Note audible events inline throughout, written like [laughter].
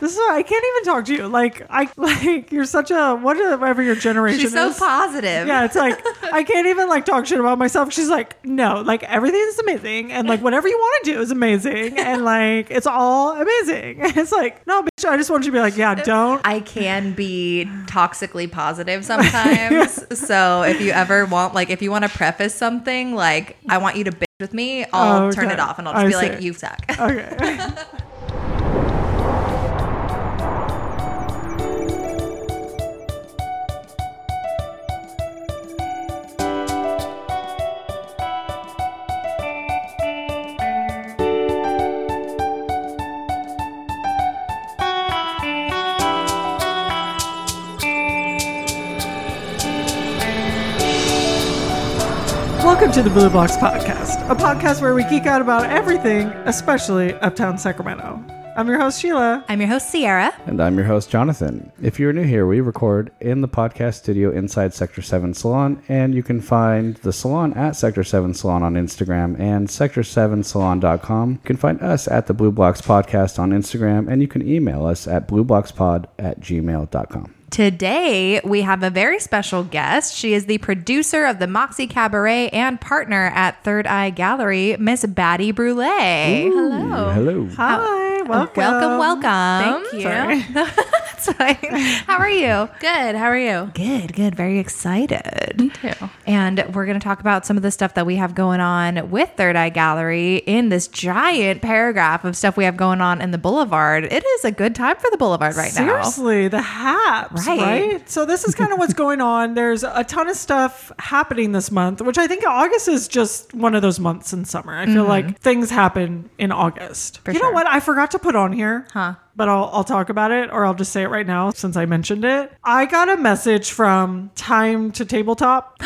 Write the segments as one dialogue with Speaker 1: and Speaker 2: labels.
Speaker 1: This is I can't even talk to you. Like I [laughs] like you're such a whatever your generation
Speaker 2: She's so
Speaker 1: is.
Speaker 2: positive.
Speaker 1: yeah, it's like I can't even like talk shit about myself. She's like, no, like everything is amazing, and like whatever you want to do is
Speaker 2: [laughs]
Speaker 1: amazing, and like it's all amazing. [laughs] it's like, no, bitch, I just want you to be like, yeah, don't.
Speaker 2: I can be toxically positive sometimes.
Speaker 1: [laughs]
Speaker 2: so if you ever want, like, if you want to preface something, like, I want you to bitch with me, I'll
Speaker 1: Oh,
Speaker 2: turn
Speaker 1: okay.
Speaker 2: it off and I'll
Speaker 1: I
Speaker 2: just be
Speaker 1: see.
Speaker 2: like, you suck.
Speaker 1: Okay. [laughs] Welcome to the Blue Box Podcast, a podcast where we geek out about everything, especially Uptown Sacramento. I'm your host, Sheila.
Speaker 2: I'm your host, Sierra.
Speaker 3: And I'm your host, Jonathan. If you're new here, we record in the podcast studio inside Sector 7 Salon, and you can find the salon at Sector 7 Salon on Instagram and sector7salon.com. You can find us at the Blue Blocks Podcast on Instagram, and you can email us at blueblockspod at gmail.com.
Speaker 2: Today, we have a very special guest. She is the producer of the Moxie Cabaret and partner at Third Eye Gallery, Miss Batty Brule. Hello.
Speaker 3: Hello.
Speaker 1: Hi, welcome.
Speaker 2: Oh, Welcome, welcome.
Speaker 4: Thank you.
Speaker 1: Sorry.
Speaker 2: [laughs] That's fine. How are you?
Speaker 4: Good. How are you?
Speaker 2: Good, good. Very excited.
Speaker 4: Me too.
Speaker 2: And we're going to talk about some of the stuff that we have going on with Third Eye Gallery in this giant paragraph of stuff we have going on in the Boulevard. It is a good time for the Boulevard right now.
Speaker 1: Seriously, the haps, right.
Speaker 2: Right.
Speaker 1: So this is kind of what's going on. There's a ton of stuff happening this month, which I think August is just one of those months in summer. I feel like things happen in August.
Speaker 2: Mm-hmm. For
Speaker 1: you know
Speaker 2: sure.
Speaker 1: what? I forgot to put on here.
Speaker 2: Huh.
Speaker 1: But I'll, I'll talk about it or I'll just say it right now since I mentioned it. I got a message from Time to Tabletop.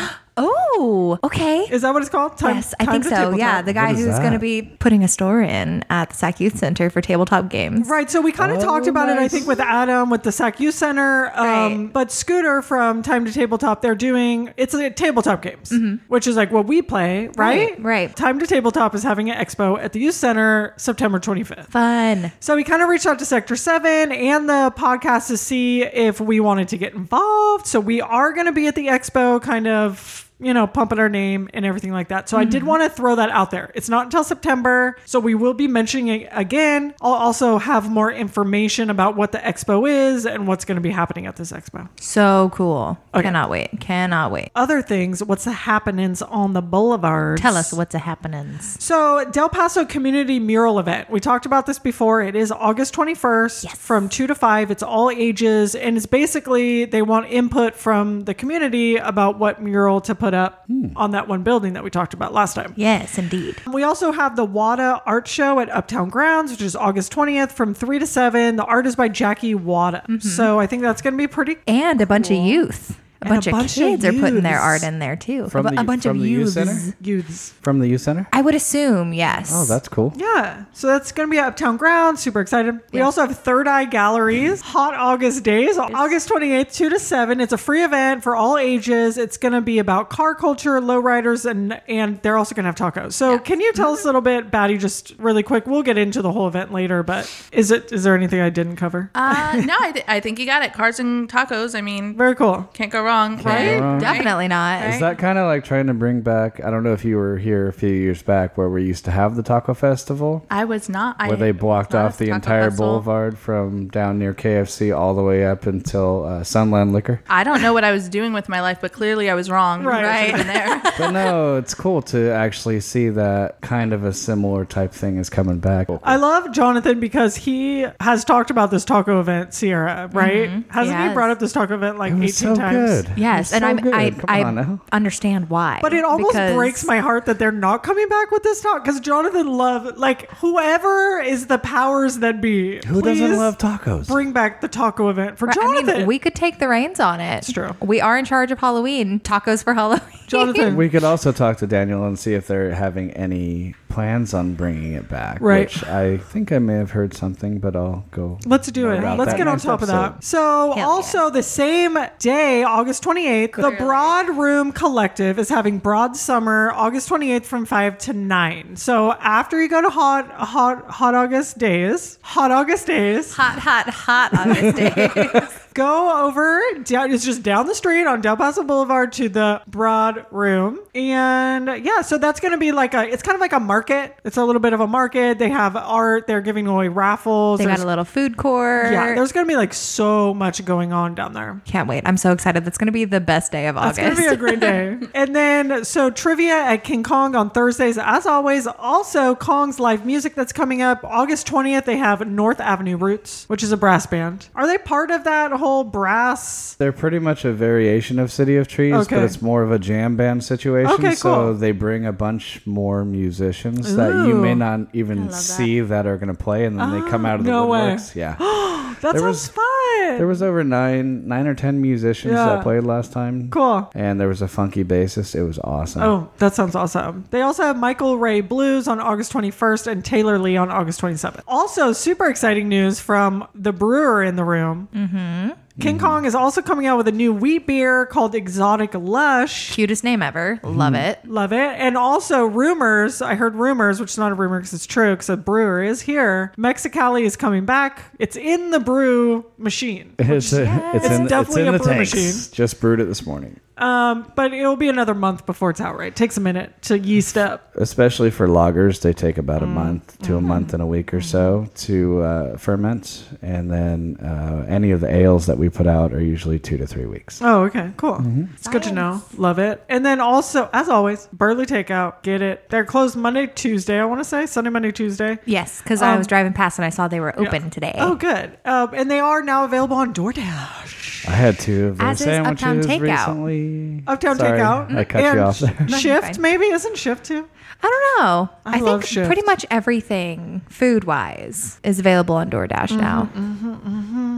Speaker 2: Oh, okay.
Speaker 1: Is that what it's called? Time,
Speaker 2: yes, I
Speaker 1: Time
Speaker 2: think
Speaker 1: to
Speaker 2: so. Yeah,
Speaker 1: Tabletop.
Speaker 2: the guy
Speaker 3: What is
Speaker 2: who's going to
Speaker 3: that?
Speaker 2: be putting a store in at the SAC Youth Center for tabletop games.
Speaker 1: Right. So we kind of
Speaker 3: Oh,
Speaker 1: talked about it, I
Speaker 3: nice.
Speaker 1: think, with Adam with the SAC Youth Center. Um,
Speaker 2: Right.
Speaker 1: But Scooter from Time to Tabletop, they're doing it's a tabletop games, which is like what we play, right?
Speaker 2: Right, right.
Speaker 1: Time to Tabletop is having an expo at the Youth Center September 25th.
Speaker 2: Fun.
Speaker 1: So we kind of reached out to Sector 7 and the podcast to see if we wanted to get involved. So we are going to be at the expo, kind of. You know, pumping our name and everything like that. So I
Speaker 2: Mm-hmm.
Speaker 1: did want to throw that out there. It's not until September, so we will be mentioning it again. I'll also have more information about what the expo is and what's going to be happening at this expo.
Speaker 2: So cool.
Speaker 1: Okay.
Speaker 2: Cannot wait. Cannot wait.
Speaker 1: Other things, what's the happenings on the boulevard?
Speaker 2: Tell us what's a happenings.
Speaker 1: So, Del Paso Community Mural Event. We talked about this before. It is August 21st from 2 to 5. It's all ages. And it's basically they want input from the community about what mural to put up on that one building that we talked about last time.
Speaker 2: Yes, indeed.
Speaker 1: We also have the WADA Art Show at Uptown Grounds, which is August 20th from 3 to 7. The art is by Jackie WADA. So, I think that's going to be pretty
Speaker 2: And a bunch of youth. A
Speaker 1: And a
Speaker 2: bunch,
Speaker 1: bunch of
Speaker 2: of kids are putting their
Speaker 1: youths.
Speaker 2: art in there too.
Speaker 3: From
Speaker 2: a, bu-
Speaker 3: the-
Speaker 2: a bunch
Speaker 3: from
Speaker 2: of
Speaker 3: the youth
Speaker 2: youths.
Speaker 3: center?
Speaker 1: youths.
Speaker 3: From the youth center?
Speaker 2: I would assume, yes.
Speaker 3: Oh, that's cool.
Speaker 1: Yeah. So that's going to be Uptown Ground. Super excited. We also have Third Eye Galleries, Hot August Days, August 28th, 2 to 7. It's a free event for all ages. It's going to be about car culture, lowriders, and and they're also going to have tacos. So can you tell us a little bit, Batty, just really quick? We'll get into the whole event later, but is it is there anything I didn't cover?
Speaker 4: Uh, no, I, th- I think you got it. Cards and tacos. I mean,
Speaker 1: Very cool.
Speaker 4: can't go wrong.
Speaker 3: go
Speaker 4: right?
Speaker 3: wrong.
Speaker 2: Definitely not.
Speaker 3: Is that kind of like trying to bring back? I don't know if you were here a few years back where we used to have the taco festival.
Speaker 4: I was not. I
Speaker 3: where they blocked
Speaker 4: not
Speaker 3: off the
Speaker 4: Taco
Speaker 3: entire
Speaker 4: Hustle.
Speaker 3: boulevard from down near KFC all the way up until uh, Sunland Liquor.
Speaker 4: I don't know what I was doing with my life, but clearly I was wrong.
Speaker 1: Right.
Speaker 4: I should've been there.
Speaker 3: [laughs] But no, it's cool to actually see that kind of a similar type thing is coming back.
Speaker 1: I love Jonathan because he has talked about this taco event, Sierra, right? Hasn't he
Speaker 2: Yes.
Speaker 1: brought up this taco event like
Speaker 3: it
Speaker 1: 18
Speaker 3: was so
Speaker 1: times?
Speaker 3: good.
Speaker 2: [laughs] Yes,
Speaker 3: It was
Speaker 2: and
Speaker 3: so
Speaker 2: I'm,
Speaker 3: good.
Speaker 2: I
Speaker 3: Come
Speaker 2: I
Speaker 3: on now.
Speaker 2: understand why.
Speaker 1: But it almost
Speaker 2: because-
Speaker 1: breaks my heart that they're not coming back with this talk because Jonathan Love, like whoever is the powers that be,
Speaker 3: Who doesn't
Speaker 1: please
Speaker 3: love tacos?
Speaker 1: Bring back the taco event for
Speaker 2: I
Speaker 1: Jonathan.
Speaker 2: mean, we could take the reins on it. It's
Speaker 1: true.
Speaker 2: We are in charge of Halloween. Tacos for Halloween.
Speaker 1: Jonathan.
Speaker 3: We could also talk to Daniel and see if they're having any plans on bringing it back.
Speaker 1: Right.
Speaker 3: Which I think I may have heard something, but I'll go.
Speaker 1: Let's do
Speaker 3: learn
Speaker 1: it.
Speaker 3: about
Speaker 1: Let's
Speaker 3: that
Speaker 1: get on
Speaker 3: next
Speaker 1: top of that.
Speaker 3: episode.
Speaker 1: So,
Speaker 2: yeah.
Speaker 1: also the same day, August 28th, the Broad Room Collective is having Broad Summer, August 28th from 5 to 9. So, after you go to Hot Hot Hot August Days, Hot August Days,
Speaker 2: [laughs] Hot,
Speaker 1: [laughs]
Speaker 2: hot, hot on this day.
Speaker 1: go over down it's just down the street on Del Paso Boulevard to the Broad Room. And yeah, so that's going to be like a it's kind of like a market. It's a little bit of a market. They have art, they're giving away raffles.
Speaker 2: they got
Speaker 1: There's-
Speaker 2: a little food court.
Speaker 1: yeah, there's going to be like so much going on down there.
Speaker 2: Can't wait. I'm so excited. That's going to be the best day of
Speaker 1: That's going
Speaker 2: August.
Speaker 1: to be a great
Speaker 2: [laughs]
Speaker 1: day. and then, so trivia at King Kong on Thursdays, as always. Also, Kong's live music that's coming up August 20th. They have North Avenue Roots, which is a brass band. Are they part of that whole brass?
Speaker 3: They're pretty much a variation of City of Trees,
Speaker 1: Okay.
Speaker 3: but it's more of a jam band situation.
Speaker 1: Okay, cool.
Speaker 3: So they bring a bunch more musicians that you may
Speaker 1: Ooh. Ah,
Speaker 3: not even see that are going to play, and then they come out of the
Speaker 1: no way.
Speaker 3: woodworks. Yeah.
Speaker 1: That sounds
Speaker 3: was-
Speaker 1: fun.
Speaker 3: there was over nine, nine or ten musicians
Speaker 1: Yeah.
Speaker 3: that played last time.
Speaker 1: cool.
Speaker 3: And there was a funky bassist. It was awesome.
Speaker 1: Oh, that sounds awesome. They also have Michael Ray Blues on August 21st and Taylor Lee on August 27th. Also, super exciting news from the brewer in the room. Mm-hmm. King Kong is also coming out with a new wheat beer called Exotic Lush.
Speaker 2: Cutest name ever. Love it.
Speaker 3: Mm-hmm.
Speaker 1: Love it. And also, rumors. I heard rumors, which is not a rumor because it's true, because a brewer is here. Mexicali is coming back. It's in the brew machine.
Speaker 3: [laughs] It's, a- it's, in, it's
Speaker 1: definitely
Speaker 3: in
Speaker 1: a
Speaker 3: the
Speaker 1: brew
Speaker 3: tanks.
Speaker 1: machine.
Speaker 3: Just brewed it this morning.
Speaker 1: Um, but it'll be another month before it's out, right? takes a minute to yeast up.
Speaker 3: Especially for lagers, they take about a
Speaker 2: Mm,
Speaker 3: month to a
Speaker 2: mm-hmm.
Speaker 3: month and a week or so to uh, ferment. And then uh, any of the ales that we put out are usually two to three weeks.
Speaker 1: Oh, okay. Cool.
Speaker 3: Mm-hmm.
Speaker 1: It's good to know. Love it. And then also, as always, Burley Takeout. Get it. They're closed Monday, Tuesday, I want to say. Sunday, Monday, Tuesday.
Speaker 2: Yes, because I was driving past and I saw they were open today.
Speaker 1: Um, Oh, good. Um, and they are now available on DoorDash.
Speaker 3: I had two of
Speaker 2: As
Speaker 3: those
Speaker 2: is Uptown
Speaker 3: sandwiches
Speaker 2: Takeout.
Speaker 3: recently.
Speaker 1: Uptown
Speaker 3: Sorry,
Speaker 1: Takeout.
Speaker 3: I cut
Speaker 1: and
Speaker 3: you
Speaker 1: [laughs]
Speaker 3: off
Speaker 4: [laughs]
Speaker 3: there.
Speaker 1: Sh-
Speaker 2: you're
Speaker 1: Shift,
Speaker 2: fine.
Speaker 1: maybe? Isn't Shift too?
Speaker 2: I don't know.
Speaker 1: I
Speaker 2: I,
Speaker 1: love
Speaker 2: think
Speaker 1: Shift.
Speaker 2: pretty much everything food wise is available on DoorDash
Speaker 1: Mm-hmm,
Speaker 2: now,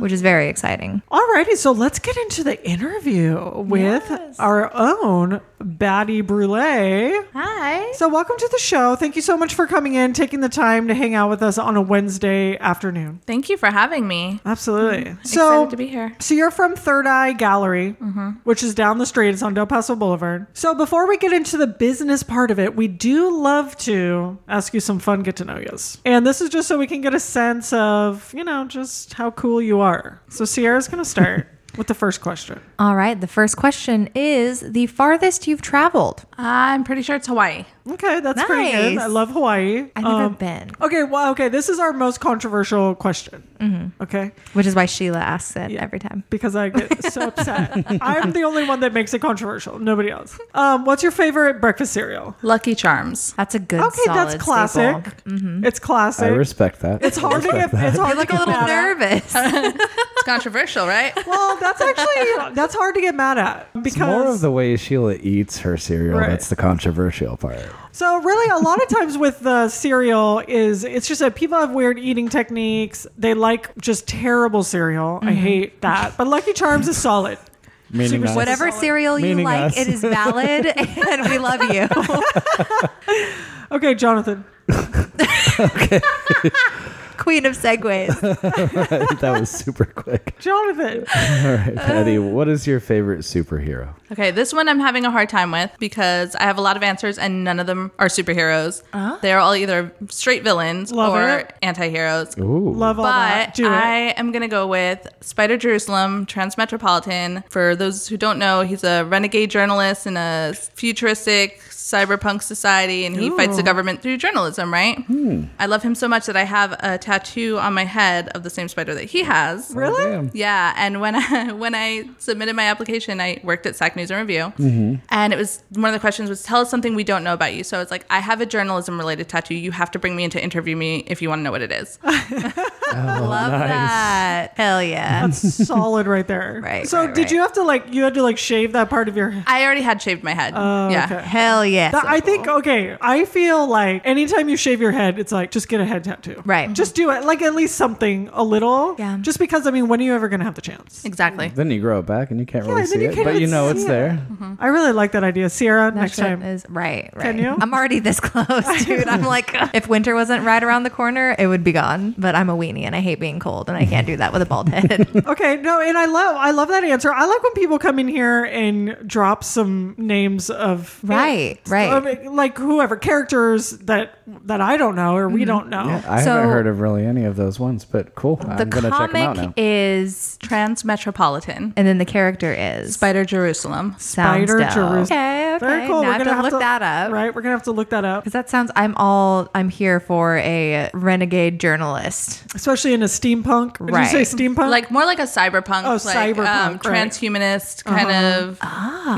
Speaker 2: which is very exciting.
Speaker 1: Alrighty, so let's get into the interview with our own Batty Brule.
Speaker 2: Hi.
Speaker 1: So, welcome to the show. Thank you so much for coming in, taking the time to hang out with us on a Wednesday afternoon.
Speaker 4: Thank you for having me.
Speaker 1: Absolutely. So,
Speaker 4: Mm-hmm. Excited to be here.
Speaker 1: so you're from Third Eye Gallery,
Speaker 2: Mm-hmm.
Speaker 1: which is down the street. It's on Del Paso Boulevard. So, before we get into the business part of it, we do love to ask you some fun get to know yous. And this is just so we can get a sense of, you know, just how cool you are. So, Sierra's going to
Speaker 2: [laughs]
Speaker 1: start with the first question.
Speaker 2: All right. The first question is the farthest you've traveled.
Speaker 4: I'm pretty sure it's Hawaii.
Speaker 1: Okay, that's pretty good.
Speaker 2: Nice.
Speaker 1: I love Hawaii.
Speaker 2: I've never
Speaker 1: Um,
Speaker 2: been,
Speaker 1: Okay, well, okay, this is our most controversial question.
Speaker 2: Mm-hmm.
Speaker 1: Okay.
Speaker 2: which is why Sheila asks it every time.
Speaker 1: because I get
Speaker 2: [laughs]
Speaker 1: so upset. I'm the only one that makes it controversial. Nobody else. Um, what's your favorite breakfast cereal?
Speaker 4: Lucky Charms.
Speaker 2: That's a good.
Speaker 1: Okay, that's
Speaker 2: solid
Speaker 1: classic.
Speaker 2: staple.
Speaker 1: It's classic.
Speaker 3: I respect that.
Speaker 1: it's hard to get. It's hard
Speaker 2: You look
Speaker 1: to
Speaker 2: a
Speaker 1: get
Speaker 2: little
Speaker 1: mad at.
Speaker 2: nervous.
Speaker 4: It's
Speaker 1: [laughs]
Speaker 4: controversial, right?
Speaker 1: Well, that's actually that's hard to get mad at because
Speaker 3: It's more of the way Sheila eats her cereal
Speaker 1: Right.
Speaker 3: that's the controversial part.
Speaker 1: [laughs] So really, a lot of times with the cereal is it's just that people have weird eating techniques. They like just terrible cereal.
Speaker 2: Mm-hmm.
Speaker 1: I hate that. But Lucky Charms is
Speaker 3: [laughs]
Speaker 1: solid.
Speaker 3: Meaning us.
Speaker 2: Whatever cereal you
Speaker 3: Meaning
Speaker 2: like,
Speaker 3: us.
Speaker 2: it is valid, [laughs] and we love
Speaker 3: [laughs]
Speaker 2: you.
Speaker 1: Okay, Jonathan.
Speaker 2: Queen of segues.
Speaker 3: that was super quick. [laughs]
Speaker 1: Jonathan.
Speaker 3: All right, Patty,
Speaker 1: Uh,
Speaker 3: what is your favorite superhero?
Speaker 4: Okay, this one I'm having a hard time with because I have a lot of answers and none of them are superheroes. They're all either straight villains
Speaker 1: Uh-huh. Love
Speaker 4: or
Speaker 1: it.
Speaker 4: anti-heroes.
Speaker 3: Ooh.
Speaker 1: Love all that.
Speaker 4: But
Speaker 1: Do it.
Speaker 4: I am gonna go with Spider Jerusalem, Transmetropolitan. For those who don't know, he's a renegade journalist in a futuristic cyberpunk society, and he fights the government through journalism. Right?
Speaker 1: Hmm.
Speaker 4: I love him so much that I have a tattoo on my head of the same spider that he has.
Speaker 1: really?
Speaker 3: Oh, Damn.
Speaker 4: Yeah, and when [laughs] I, when I submitted my application, I worked at SAC News and Review,
Speaker 1: Mm-hmm.
Speaker 4: and it was one of the questions was tell us something we don't know about you. So it's like I have a journalism related
Speaker 3: Oh,
Speaker 4: tattoo. You have to bring me in to interview me if you want to know what it is.
Speaker 2: Love that. that. Hell yeah.
Speaker 1: That's solid right there.
Speaker 2: [laughs] Right,
Speaker 1: So
Speaker 2: right,
Speaker 1: did
Speaker 2: right.
Speaker 1: you have to like you had to like shave that part of your head?
Speaker 4: I already had shaved my head.
Speaker 1: Oh,
Speaker 4: yeah.
Speaker 1: okay.
Speaker 2: Hell yeah.
Speaker 1: That- I think okay. I feel like anytime you shave your head, it's like just get a head tattoo.
Speaker 2: Right.
Speaker 1: Just do it. Like at least something a little.
Speaker 2: Yeah.
Speaker 1: Just because I mean, when are you ever gonna have the chance?
Speaker 4: Exactly.
Speaker 3: Then you grow it back and you can't really
Speaker 1: then
Speaker 3: see
Speaker 1: you
Speaker 3: it,
Speaker 1: can't
Speaker 3: but you
Speaker 1: even
Speaker 3: know it's
Speaker 1: see it.
Speaker 3: there.
Speaker 1: I really like that idea, Sierra.
Speaker 2: That
Speaker 1: next
Speaker 2: shit
Speaker 1: time.
Speaker 2: is Mm-hmm. right, right.
Speaker 1: you?
Speaker 2: I'm already
Speaker 1: [laughs]
Speaker 2: this close, dude. I'm like, [laughs] if winter wasn't right around the corner, it would be gone. But I'm a weenie and I hate being cold, and I can't do that with
Speaker 1: [laughs]
Speaker 2: a bald head.
Speaker 1: Okay, no, and I love I love that answer. I like when people come in here and drop some names of
Speaker 2: Right, right.
Speaker 1: of, like whoever characters that that I don't know or
Speaker 2: Mm-hmm.
Speaker 1: we don't know.
Speaker 3: Yeah, I
Speaker 2: So-
Speaker 3: haven't heard of really any of those ones, but cool.
Speaker 2: the
Speaker 3: I'm going to check them out now.
Speaker 2: comic is,
Speaker 4: Trans Metropolitan.
Speaker 2: and then the character is
Speaker 4: Spider Jerusalem.
Speaker 2: Sounds
Speaker 1: Spider
Speaker 2: dope.
Speaker 1: Jerusalem.
Speaker 2: Okay, okay.
Speaker 1: Very cool.
Speaker 2: Now
Speaker 1: We're
Speaker 2: I have
Speaker 1: gonna
Speaker 2: to look that up.
Speaker 1: Right, we're gonna have to look that up,
Speaker 2: Because that sounds, I'm all, I'm here for a renegade journalist.
Speaker 1: [laughs] especially in a steampunk. Did
Speaker 2: Right.
Speaker 1: you say steampunk?
Speaker 4: Like more like a cyberpunk,
Speaker 1: Oh,
Speaker 4: like um,
Speaker 1: cyberpunk, right. Uh-huh. Ah.
Speaker 4: transhumanist kind of.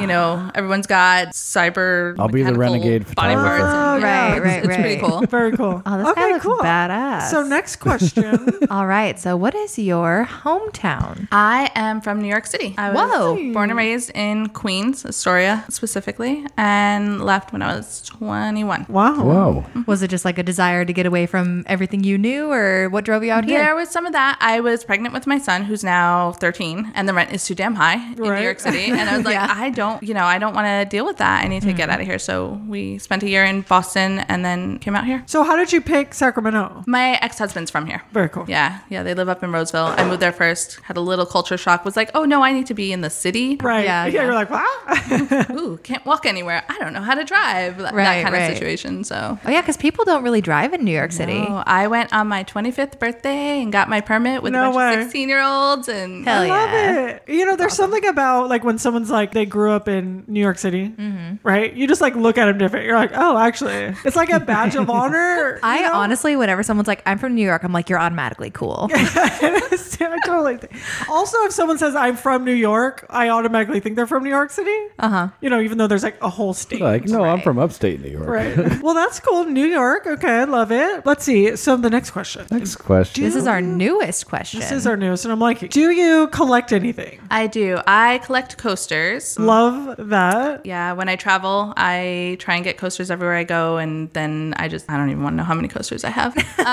Speaker 4: You know, everyone's got cyber.
Speaker 3: I'll be the
Speaker 4: mechanical
Speaker 3: renegade
Speaker 4: body
Speaker 3: photographer.
Speaker 4: parts and-
Speaker 1: Oh,
Speaker 4: yeah,
Speaker 1: right,
Speaker 4: it's-
Speaker 2: right,
Speaker 4: It's
Speaker 2: right.
Speaker 4: pretty cool.
Speaker 1: very cool.
Speaker 2: [laughs] Oh, this guy looks badass.
Speaker 1: So next
Speaker 2: [laughs]
Speaker 1: question.
Speaker 2: all right. So, what is your hometown?
Speaker 4: I am from New York City. I was
Speaker 2: Whoa.
Speaker 4: born and raised in Queens, Astoria specifically, and left when I was 21.
Speaker 1: wow.
Speaker 3: Whoa.
Speaker 2: Was it just like a desire to get away from everything you knew, or what drove you out here?
Speaker 4: There was some of that. I was pregnant with my son, who's now 13, and the rent is too damn high in
Speaker 1: Right.
Speaker 4: New York City. And
Speaker 2: [laughs]
Speaker 4: I was like,
Speaker 2: Yeah. Mm-hmm.
Speaker 4: I don't, you know, I don't want to deal with that. I need to get out of here. So we spent a year in Boston and then came out here.
Speaker 1: So how did you pick Sacramento?
Speaker 4: My ex husband's from here.
Speaker 1: Very cool.
Speaker 4: Yeah, yeah, they live up in Roseville. I moved there first, had a little culture shock, was like, oh no, I need to be in the city.
Speaker 1: Right.
Speaker 2: Yeah,
Speaker 1: Yeah.
Speaker 2: yeah.
Speaker 1: You're like, wow.
Speaker 4: Ooh, can't walk anywhere. I don't know how to drive. Like,
Speaker 2: Right,
Speaker 4: that kind
Speaker 2: right.
Speaker 4: of situation. So
Speaker 2: Oh yeah, because people don't really drive in New York City.
Speaker 4: Oh, I went on my 25th birthday and got my permit with
Speaker 1: No
Speaker 4: a bunch
Speaker 1: way.
Speaker 4: of 16 year olds. And
Speaker 2: Hell
Speaker 1: I love
Speaker 2: Oh, yeah.
Speaker 1: it. You know, there's something about like when someone's like they grew up in New York City,
Speaker 2: Mm-hmm.
Speaker 1: right? You just like look at them different. You're like, oh, actually, it's like a badge
Speaker 2: [laughs]
Speaker 1: of honor.
Speaker 2: I
Speaker 1: you know? [laughs]
Speaker 2: honestly, whenever someone's like, "I'm from New York," I'm like, "You're automatically cool."
Speaker 1: I totally. Think. Also, if someone says I'm from New York, I automatically think they're from New York City. Uh
Speaker 2: Uh-huh.
Speaker 1: huh. You know, even though there's like a whole state.
Speaker 3: Like, no, I'm
Speaker 2: Right.
Speaker 3: from upstate New York.
Speaker 1: Right. well, that's cool. New York. Okay, I love it. Let's see. So the next question.
Speaker 3: Next question.
Speaker 2: this is our newest question.
Speaker 1: This is our newest, and I'm like, do you collect anything?
Speaker 4: I do. I collect coasters.
Speaker 1: Love that.
Speaker 4: Yeah, when I travel, I try and get coasters everywhere I go. And then I just, I don't even want to know how many coasters I have. Uh,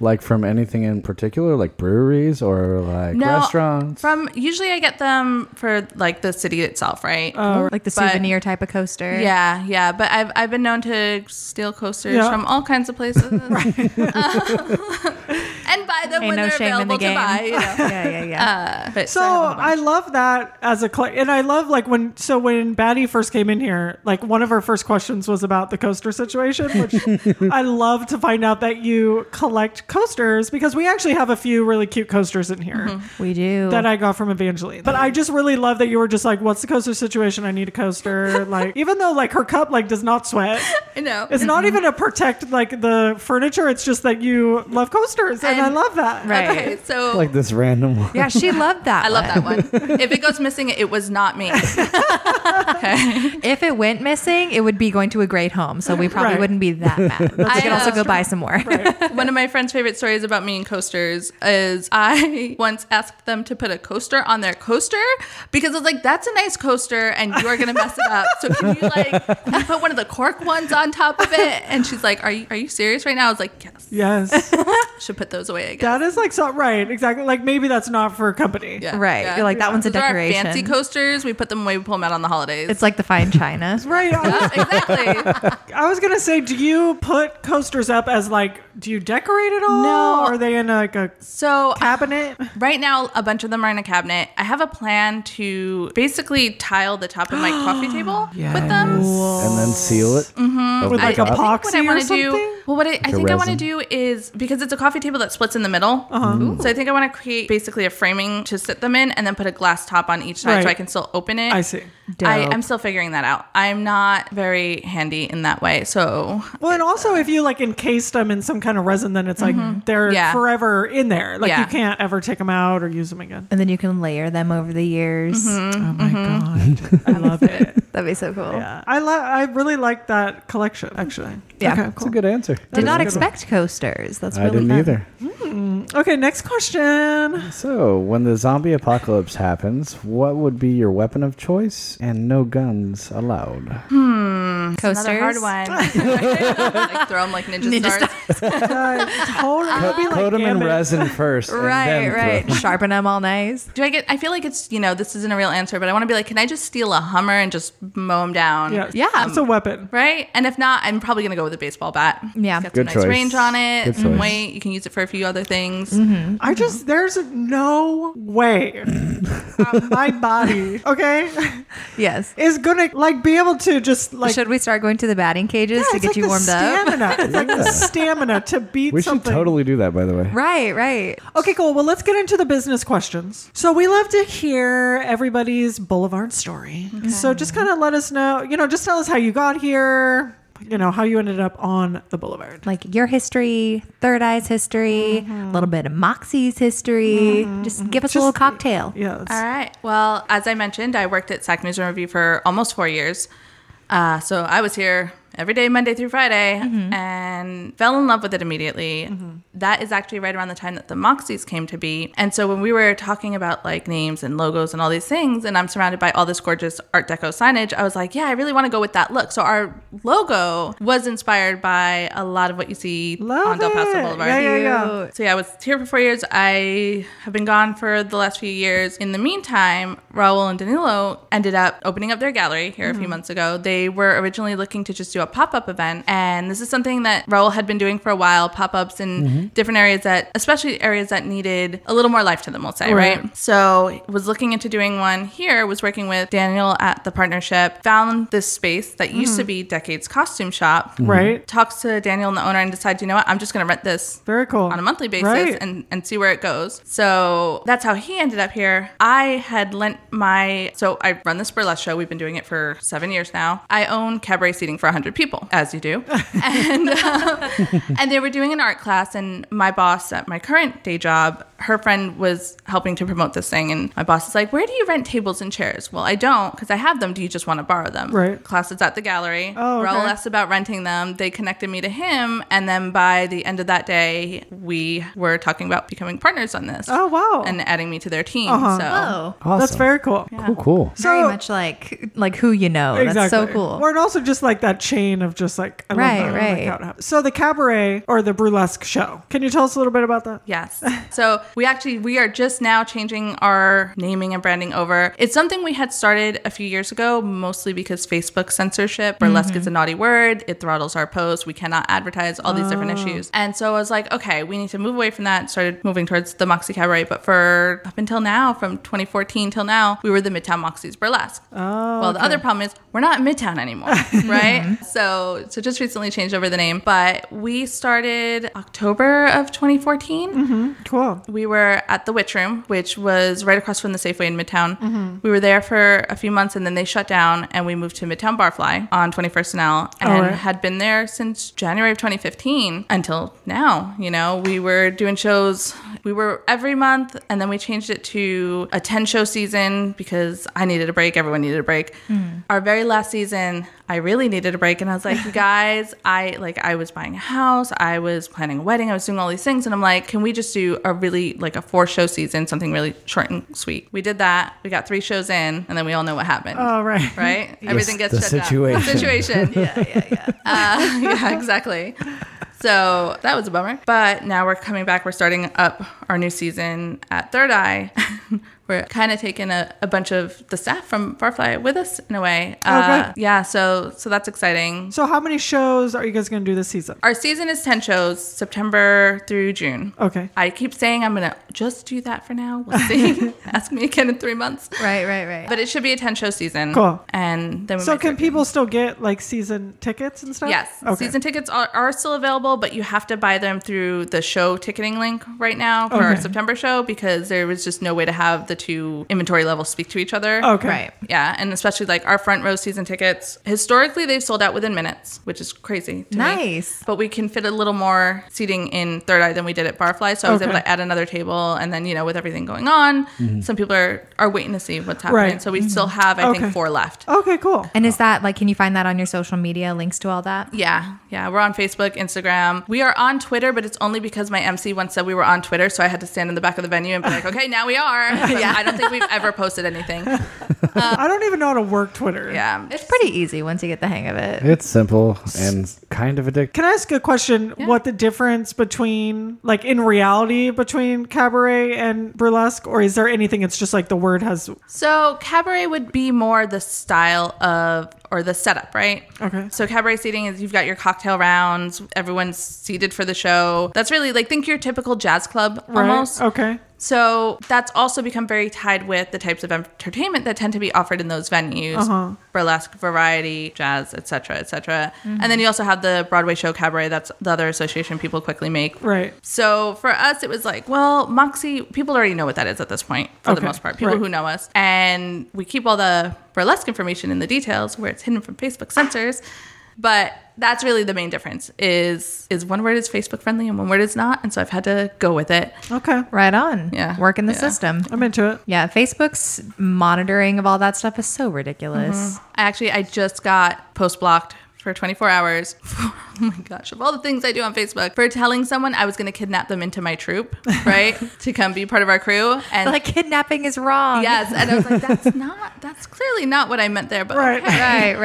Speaker 3: like from anything in particular, like breweries or like restaurants?
Speaker 4: From usually I get them for like the city itself, right?
Speaker 2: like the
Speaker 4: but-
Speaker 2: souvenir type of coaster.
Speaker 4: yeah, yeah, but I've, I've been known to steal coasters
Speaker 1: Yeah.
Speaker 4: from all kinds of places, and [laughs] buy them
Speaker 2: Ain't
Speaker 4: when
Speaker 2: no
Speaker 4: they're
Speaker 2: shame in the
Speaker 4: available to
Speaker 2: game.
Speaker 4: buy. You know?
Speaker 2: [laughs] yeah, yeah, yeah.
Speaker 4: Uh, but
Speaker 1: So
Speaker 4: have a bunch.
Speaker 1: I love that as a collect, and I love like when so when Batty first came in here, like one of her first questions was about the coaster situation,
Speaker 4: [laughs]
Speaker 1: which I love to find out that you collect coasters because we actually have a few really cute coasters in here.
Speaker 4: Mm-hmm.
Speaker 2: we do.
Speaker 1: Uh, that I got from Evangeline. But I just really love that you were just like, "What's the coaster situation? I need a coaster." Like, even though like her cup like does not sweat,
Speaker 4: I know.
Speaker 1: it's not even to protect like the furniture. It's just that you love coasters, and, I
Speaker 4: And-
Speaker 1: love that.
Speaker 2: Right.
Speaker 4: [laughs] Okay, so
Speaker 3: like this random one.
Speaker 2: yeah, she loved that.
Speaker 4: I love that one. if it goes missing, it was not me. okay.
Speaker 2: If it went missing, it would be going to a great home, so we probably
Speaker 1: Right.
Speaker 2: wouldn't be that mad. I could
Speaker 4: uh,
Speaker 2: also go buy some more.
Speaker 4: One of my friend's favorite stories about me and coasters is I [laughs] once asked them to put a coaster on their coaster because I was like, that's a nice coaster and you are gonna mess it up. So can you like can you put one of the cork ones on top of it? And she's like, Are you are you serious right now? I was like, Yes. [laughs]
Speaker 1: Yes,
Speaker 4: Should put those away again.
Speaker 1: that is like so right, exactly. Like maybe that's not for a company.
Speaker 2: Right. You're like, that one's a
Speaker 4: Those are our
Speaker 2: decoration.
Speaker 4: fancy coasters. We put them away, we pull them out on the holidays.
Speaker 2: [laughs] It's like the fine china.
Speaker 1: Right. I was,
Speaker 4: exactly.
Speaker 1: I was gonna say, do you put coasters up as like, do you decorate it all?
Speaker 4: No.
Speaker 1: Are they in like a
Speaker 4: So
Speaker 1: cabinet?
Speaker 4: Right now, a bunch of them are in a cabinet. I have a plan to basically tile the top of my coffee table with them.
Speaker 3: And then seal it. Mm-hmm.
Speaker 1: With, like, a pot.
Speaker 4: I think what
Speaker 1: Epoxy or
Speaker 4: I want to
Speaker 1: something?
Speaker 4: do, well, what I, I think I want to
Speaker 3: resin.
Speaker 4: do is because it's a coffee table that splits in the middle.
Speaker 1: Uh-huh.
Speaker 4: So I think I want to create basically a framing to sit them in, and then put a glass top on each side
Speaker 1: Right.
Speaker 4: so I can still open it.
Speaker 1: I see.
Speaker 4: I,
Speaker 2: Dope.
Speaker 4: I'm still figuring that out. I'm not very handy in that way. So
Speaker 1: Well, and also if you like encase them in some kind of resin, then it's like they're
Speaker 4: Mm-hmm. Yeah.
Speaker 1: forever in there. Like
Speaker 4: Yeah.
Speaker 1: you can't ever take them out or use them again.
Speaker 2: And then you can layer them over the years.
Speaker 1: Oh my god,
Speaker 4: Mm-hmm.
Speaker 1: [laughs] I love it.
Speaker 2: That'd be so cool.
Speaker 3: Oh.
Speaker 1: Yeah, I lo- I really like that collection actually.
Speaker 2: Yeah.
Speaker 1: Okay,
Speaker 3: That's a
Speaker 1: cool.
Speaker 3: good answer.
Speaker 2: Did not
Speaker 3: That's a good
Speaker 2: expect coasters. That's
Speaker 3: one.
Speaker 2: really
Speaker 3: I didn't
Speaker 2: fun.
Speaker 3: either.
Speaker 1: Okay, next
Speaker 2: [laughs]
Speaker 1: question.
Speaker 3: So, when the zombie apocalypse happens, what would be your weapon of choice and no guns allowed?
Speaker 2: Coasters.
Speaker 4: another hard one.
Speaker 1: [laughs]
Speaker 4: like throw them like ninja,
Speaker 2: Ninja
Speaker 4: stars.
Speaker 1: Uh, totally. it'll be like
Speaker 3: Coat them in
Speaker 1: Gambit.
Speaker 3: resin first. and
Speaker 2: Right,
Speaker 3: then
Speaker 2: [laughs]
Speaker 3: throw
Speaker 2: right.
Speaker 3: 'em.
Speaker 2: Sharpen them all nice.
Speaker 4: Do I get? I feel like it's you know this isn't a real answer, but I want to be like, can I just steal a Hummer and just mow them down?
Speaker 1: Yeah,
Speaker 2: Yeah.
Speaker 1: It's a weapon.
Speaker 4: Right, and if not, I'm probably gonna go with a baseball bat.
Speaker 2: Yeah.
Speaker 4: It's got
Speaker 3: Good
Speaker 4: some
Speaker 3: choice.
Speaker 4: nice range on it.
Speaker 3: Good
Speaker 4: some
Speaker 3: choice.
Speaker 4: Weight, you can use it for a few other things.
Speaker 1: I just there's no way um,
Speaker 3: [laughs]
Speaker 1: my body, okay,
Speaker 2: Yes.
Speaker 1: is gonna like be able to just like
Speaker 2: Should we start going to the batting cages
Speaker 1: Yeah,
Speaker 2: to
Speaker 1: it's
Speaker 2: get
Speaker 1: like
Speaker 2: you
Speaker 1: the
Speaker 2: warmed up?
Speaker 1: stamina. It's like the
Speaker 3: [laughs] Yeah.
Speaker 1: stamina to beat
Speaker 3: We should
Speaker 1: something.
Speaker 3: totally do that, by the way.
Speaker 2: Right, right.
Speaker 1: Okay, cool. Well, let's get into the business questions. So we love to hear everybody's boulevard story. So just kind of let us know. You know, just tell us how you got here. You know, how you ended up on the boulevard.
Speaker 2: Like your history, Third Eye's history, a little bit of Moxie's history. Mm-hmm. Just give us a little cocktail.
Speaker 1: Yes.
Speaker 4: All right. Well, as I mentioned, I worked at Sac News and Review for almost four years. Uh, so I was here every day, Monday through Friday,
Speaker 1: Mm-hmm.
Speaker 4: and fell in love with it immediately. That is actually right around the time that the Moxies came to be. And so when we were talking about like names and logos and all these things, and I'm surrounded by all this gorgeous Art Deco signage, I was like, yeah, I really want to go with that look. So our logo was inspired by a lot of what you see
Speaker 1: Love
Speaker 4: on Del Paso
Speaker 1: it.
Speaker 4: Boulevard.
Speaker 1: Yeah, yeah, yeah.
Speaker 2: Cute.
Speaker 4: So yeah, I was here for four years. I have been gone for the last few years. In the meantime, Raul and Danilo ended up opening up their gallery here a few months ago. They were originally looking to just do a pop up event, and this is something that Raul had been doing for a while pop ups in different areas that, especially areas that needed a little more life to them, we'll say,
Speaker 1: Right.
Speaker 4: right? So was looking into doing one here, was working with Daniel at the partnership, found this space that used to be Decades Costume Shop.
Speaker 1: Right.
Speaker 4: Talks to Daniel and the owner and decides, you know what, I'm just going to rent this
Speaker 1: Very cool.
Speaker 4: on a monthly basis
Speaker 1: Right.
Speaker 4: and, and see where it goes. So that's how he ended up here. I had lent my, so I run this burlesque show. We've been doing it for seven years now. I own cabaret seating for 100 people, as you
Speaker 1: [laughs]
Speaker 4: do. and, um, and they were doing an art class, and my boss at my current day job, her friend was helping to promote this thing. And my boss is like, Where do you rent tables and chairs? Well, I don't because I have them. Do you just want to borrow them?
Speaker 1: Right.
Speaker 4: Class is at the gallery.
Speaker 1: Oh, okay.
Speaker 4: Raoul asked about renting them. They connected me to him, and then by the end of that day, we were talking about becoming partners on this.
Speaker 1: Oh, wow. Uh-huh.
Speaker 4: And adding me to their team. So
Speaker 2: Oh.
Speaker 3: Awesome.
Speaker 1: That's very cool.
Speaker 3: cool. Cool.
Speaker 2: Very
Speaker 1: So-
Speaker 2: much like like who you know. That's so cool.
Speaker 1: Or and also just like that chain of just like I love
Speaker 2: Right,
Speaker 1: that. I like
Speaker 2: right.
Speaker 1: how it happens. so the cabaret or the burlesque show. Can you tell us a little bit about that? [laughs]
Speaker 4: Yes. So we actually we are just now changing our naming and branding over. It's something we had started a few years ago, mostly because Facebook censorship.
Speaker 1: Mm-hmm.
Speaker 4: Burlesque is a naughty word. It throttles our posts. We cannot advertise. All these
Speaker 1: Oh.
Speaker 4: different issues. And so I was like, okay, we need to move away from that. And started moving towards the Moxie Cabaret. But for up until now, from 2014 till now, we were the Midtown Moxies Burlesque. Oh, well, the other problem is we're not in Midtown anymore, right? so, so just recently changed over the name, but we started October of 2014
Speaker 1: Cool.
Speaker 4: we were at the Witch Room, which was right across from the Safeway in Midtown. We were there for a few months and then they shut down and we moved to Midtown Barfly on 21st and L and
Speaker 1: Alright.
Speaker 4: had been there since January of 2015 until now. You know, we were doing shows, we were every month and then we changed it to a 10 show season because I needed a break, everyone needed a break. Our very last season, I really needed a break and I was like, you guys, I like I was buying a house, I was planning a wedding, I was doing all these things and I'm like, can we just do a really like a four show season, something really short and sweet. We did that. We got 3 shows in and then we all know what happened.
Speaker 1: All right.
Speaker 4: [laughs] Right? Everything gets
Speaker 3: the
Speaker 4: shut down.
Speaker 3: situation.
Speaker 4: Situation. yeah, yeah,
Speaker 1: [laughs]
Speaker 4: yeah. Uh, [laughs] yeah, exactly. So that was a bummer. But now we're coming back. We're starting up our new season at Third Eye. [laughs] we're kind of taking a, a bunch of the staff from Barfly with us in a way.
Speaker 1: Oh,
Speaker 4: Uh,
Speaker 1: good.
Speaker 4: yeah, so so that's exciting.
Speaker 1: So how many shows are you guys going to do this season?
Speaker 4: Our season is 10 shows, September through June.
Speaker 1: Okay.
Speaker 4: I keep saying I'm going to just do that for now. We'll
Speaker 1: [laughs]
Speaker 4: see. Ask me again in three months.
Speaker 2: right, right, right.
Speaker 4: But it should be a 10 show season.
Speaker 1: Cool.
Speaker 4: And then we
Speaker 1: So
Speaker 4: might
Speaker 1: can
Speaker 4: start-
Speaker 1: people still get like season tickets and stuff?
Speaker 4: Yes.
Speaker 1: Okay.
Speaker 4: Season tickets are, are still available, but you have to buy them through the show ticketing link right now for our
Speaker 1: Okay.
Speaker 4: September show because there was just no way to have the two inventory levels speak to each other.
Speaker 1: Okay.
Speaker 2: Right.
Speaker 4: Yeah, and especially like our front row season tickets. Historically, they've sold out within minutes, which is crazy. To me.
Speaker 2: Nice.
Speaker 4: But we can fit a little more seating in Third Eye than we did at Barfly, so I
Speaker 1: Okay.
Speaker 4: was
Speaker 1: Mm-hmm.
Speaker 4: able to add another table. And then you know, with everything going on, some people are are waiting to see what's happening.
Speaker 1: Right. Mm-hmm.
Speaker 4: So we still have, I
Speaker 1: Okay.
Speaker 4: think, four left.
Speaker 1: Okay,
Speaker 4: [laughs]
Speaker 1: cool.
Speaker 2: And is that like, can you find that on your social media? Links to all that?
Speaker 4: Yeah, yeah. We're on Facebook, Instagram. We are on Twitter, but it's only because my MC once said we were on Twitter, so I had to stand in the back of the venue and be like, okay, now
Speaker 1: [laughs]
Speaker 4: we are. But I don't think we've ever posted anything.
Speaker 1: I don't even know how to work Twitter.
Speaker 4: Uh, Yeah.
Speaker 2: It's pretty easy once you get the hang of it.
Speaker 3: It's simple and kind of addictive.
Speaker 1: Can I ask a question? What the difference between, like, in reality, between cabaret and burlesque, or is there anything? It's just like the word has.
Speaker 4: So cabaret would be more the style of or the setup, right?
Speaker 1: Okay.
Speaker 4: So cabaret seating is you've got your cocktail rounds, everyone's seated for the show. That's really like think your typical jazz club
Speaker 1: Right?
Speaker 4: almost.
Speaker 1: Okay.
Speaker 4: So that's also become very tied with the types of entertainment that tend to be offered in those venues:
Speaker 1: Uh-huh.
Speaker 4: burlesque, variety, jazz, etc., etc.
Speaker 1: Mm-hmm.
Speaker 4: And then you also have the Broadway show cabaret. That's the other association people quickly make.
Speaker 1: Right.
Speaker 4: So for us, it was like, well, Moxie, people already know what that is at this point for the
Speaker 1: Okay,
Speaker 4: most part, people
Speaker 1: right.
Speaker 4: who know us. And we keep all the burlesque information in the details where it's hidden from Facebook censors. But that's really the main difference is is one word is Facebook friendly and one word is not. And so I've had to go with it.
Speaker 1: Okay.
Speaker 2: Right on.
Speaker 4: Yeah.
Speaker 2: Work in the
Speaker 4: Yeah.
Speaker 2: system.
Speaker 1: I'm into it.
Speaker 2: Yeah. Facebook's monitoring of all that stuff is so ridiculous.
Speaker 4: I actually I just got post blocked for 24 hours. [laughs] oh my gosh, of all the things I do on Facebook for telling someone I was going to kidnap them into my troop,
Speaker 2: [laughs]
Speaker 4: right? to come be part of our crew and
Speaker 2: Like, kidnapping is wrong.
Speaker 4: [laughs] Yes, and I was like,
Speaker 2: [laughs]
Speaker 4: that's not, that's clearly not what I meant there. But
Speaker 1: Right.
Speaker 4: okay.
Speaker 2: right,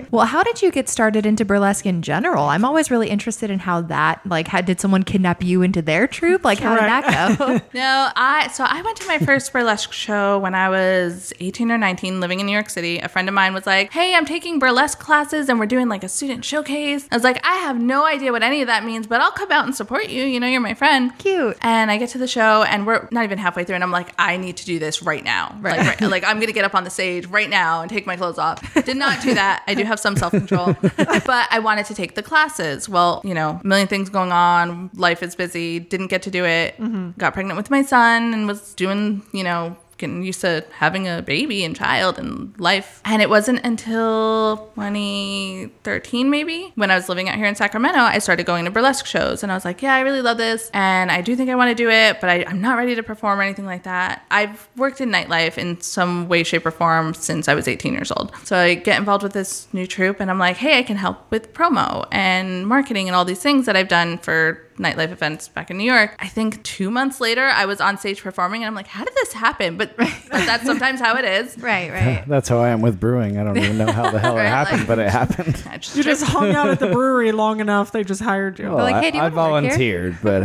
Speaker 2: right. Well, how did you get started into burlesque in general? I'm always really interested in how that, like, how did someone kidnap you into their troupe? Like, how
Speaker 1: Right.
Speaker 2: did that go?
Speaker 4: [laughs] no, I so I went to my first burlesque show when I was 18 or 19, living in New York City. A friend of mine was like, "Hey, I'm taking burlesque classes, and we're doing like a student showcase." I was like, "I have no idea what any of that means, but I'll come out and support you. You know, you're my friend."
Speaker 2: Cute.
Speaker 4: And I get to the show, and we're not even halfway through, and I'm like, "I need to do this right now. Like,
Speaker 2: Right.
Speaker 4: right- like I'm gonna get up on the stage right now and take my clothes off." Did not do that. I do have some self control, but I wanted to take the classes. Well, you know, a million things going on. Life is busy. Didn't get to do it. Got pregnant with my son and was doing, you know. Getting used to having a baby and child and life. And it wasn't until 2013, maybe, when I was living out here in Sacramento, I started going to burlesque shows. And I was like, yeah, I really love this. And I do think I want to do it, but I, I'm not ready to perform or anything like that. I've worked in nightlife in some way, shape, or form since I was 18 years old. So I get involved with this new troupe and I'm like, hey, I can help with promo and marketing and all these things that I've done for nightlife events back in New York. I think two months later, I was on stage performing and I'm like, how did this happen?
Speaker 2: [laughs]
Speaker 4: But, but that's sometimes how it is.
Speaker 2: [laughs] Right, right.
Speaker 3: That's how I am with brewing. I don't even know how
Speaker 2: [laughs]
Speaker 3: the hell it
Speaker 4: Right,
Speaker 3: happened,
Speaker 4: like-
Speaker 3: but it happened.
Speaker 4: I just
Speaker 1: You just hung out
Speaker 4: [laughs]
Speaker 1: at the brewery long enough. They just hired you.
Speaker 3: Well,
Speaker 2: like,
Speaker 3: I-
Speaker 2: "Hey, do you
Speaker 3: I,
Speaker 2: wanna work here?"
Speaker 3: volunteered, but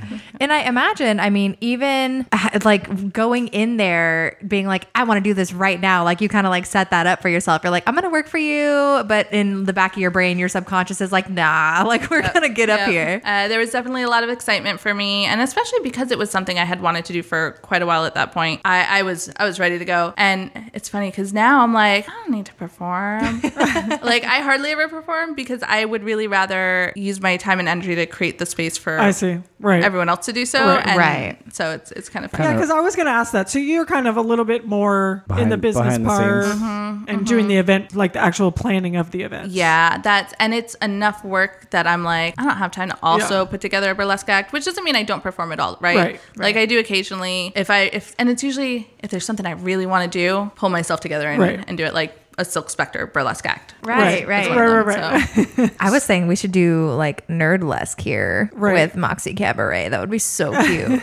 Speaker 3: hey,
Speaker 2: [laughs] [laughs] And I imagine, I mean, even uh, like going in there being like, I want to do this right now. Like, you kind of like set that up for yourself. You're like, I'm going to work for you. But in the back of your brain, your subconscious is like, nah, [laughs] like, we're going to get up
Speaker 4: Yeah.
Speaker 2: here.
Speaker 4: Uh, there was definitely a lot of excitement for me, and especially because it was something I had wanted to do for quite a while at that point. I, I was I was ready to go, and it's funny because now I'm like I don't need
Speaker 2: [laughs]
Speaker 4: to perform. [laughs] like I hardly ever perform because I would really rather use my time and energy to create the space for
Speaker 1: I see. Right.
Speaker 4: everyone else to do so.
Speaker 1: Right.
Speaker 4: and
Speaker 2: Right.
Speaker 4: So it's it's kind of fun.
Speaker 1: Yeah, because I was going to ask that. So you're kind of a little bit more in the
Speaker 3: Behind-
Speaker 1: business
Speaker 3: behind the
Speaker 1: part
Speaker 3: scenes.
Speaker 1: and doing the event, like the actual planning of the event.
Speaker 4: Mm-hmm, Yeah, that's and it's enough work that I'm like, I don't have time to also put together a burlesque act, which doesn't mean I don't perform at all, right?
Speaker 1: Right,
Speaker 4: Like I do occasionally if I if and it's usually if there's something I really want to do, pull myself together and,
Speaker 1: Right.
Speaker 4: and do it like a Silk Spectre burlesque act.
Speaker 2: Right,
Speaker 1: Right.
Speaker 2: right.
Speaker 1: Right, right, right. [laughs]
Speaker 4: So,
Speaker 2: I was saying we should do like nerdlesque here
Speaker 1: Right.
Speaker 2: with Moxie Cabaret. That would be [laughs] so cute.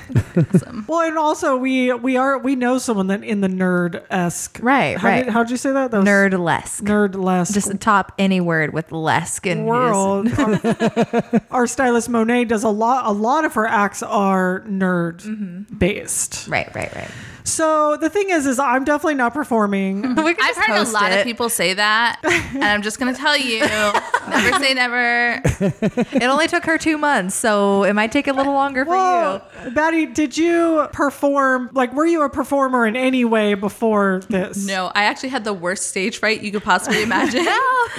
Speaker 1: Well, and also we we are we know someone that in the nerd esque.
Speaker 2: Right,
Speaker 1: How
Speaker 2: right.
Speaker 1: Did, how'd you say that? that was
Speaker 2: nerdlesque.
Speaker 1: Nerd-less
Speaker 2: Just top any word with lesque and
Speaker 1: world. our,
Speaker 2: [laughs]
Speaker 1: our stylist Monet does a lot. A lot of her acts are nerd
Speaker 2: Mm-hmm.
Speaker 1: based.
Speaker 2: Right, right,
Speaker 1: [laughs]
Speaker 2: right.
Speaker 1: So the thing is, is I'm
Speaker 2: [laughs]
Speaker 1: definitely not performing.
Speaker 2: We could
Speaker 4: I've
Speaker 2: just
Speaker 4: heard a
Speaker 2: post
Speaker 4: lot
Speaker 2: it.
Speaker 4: [laughs] of people say that, and I'm just gonna tell you, Never say never.
Speaker 2: It only took her two months, so it might take a little longer for
Speaker 1: Whoa,
Speaker 2: you.
Speaker 1: Batty, did you perform? Like, were you a performer in any way before this?
Speaker 4: No, I actually had the worst stage fright you could possibly [laughs] imagine.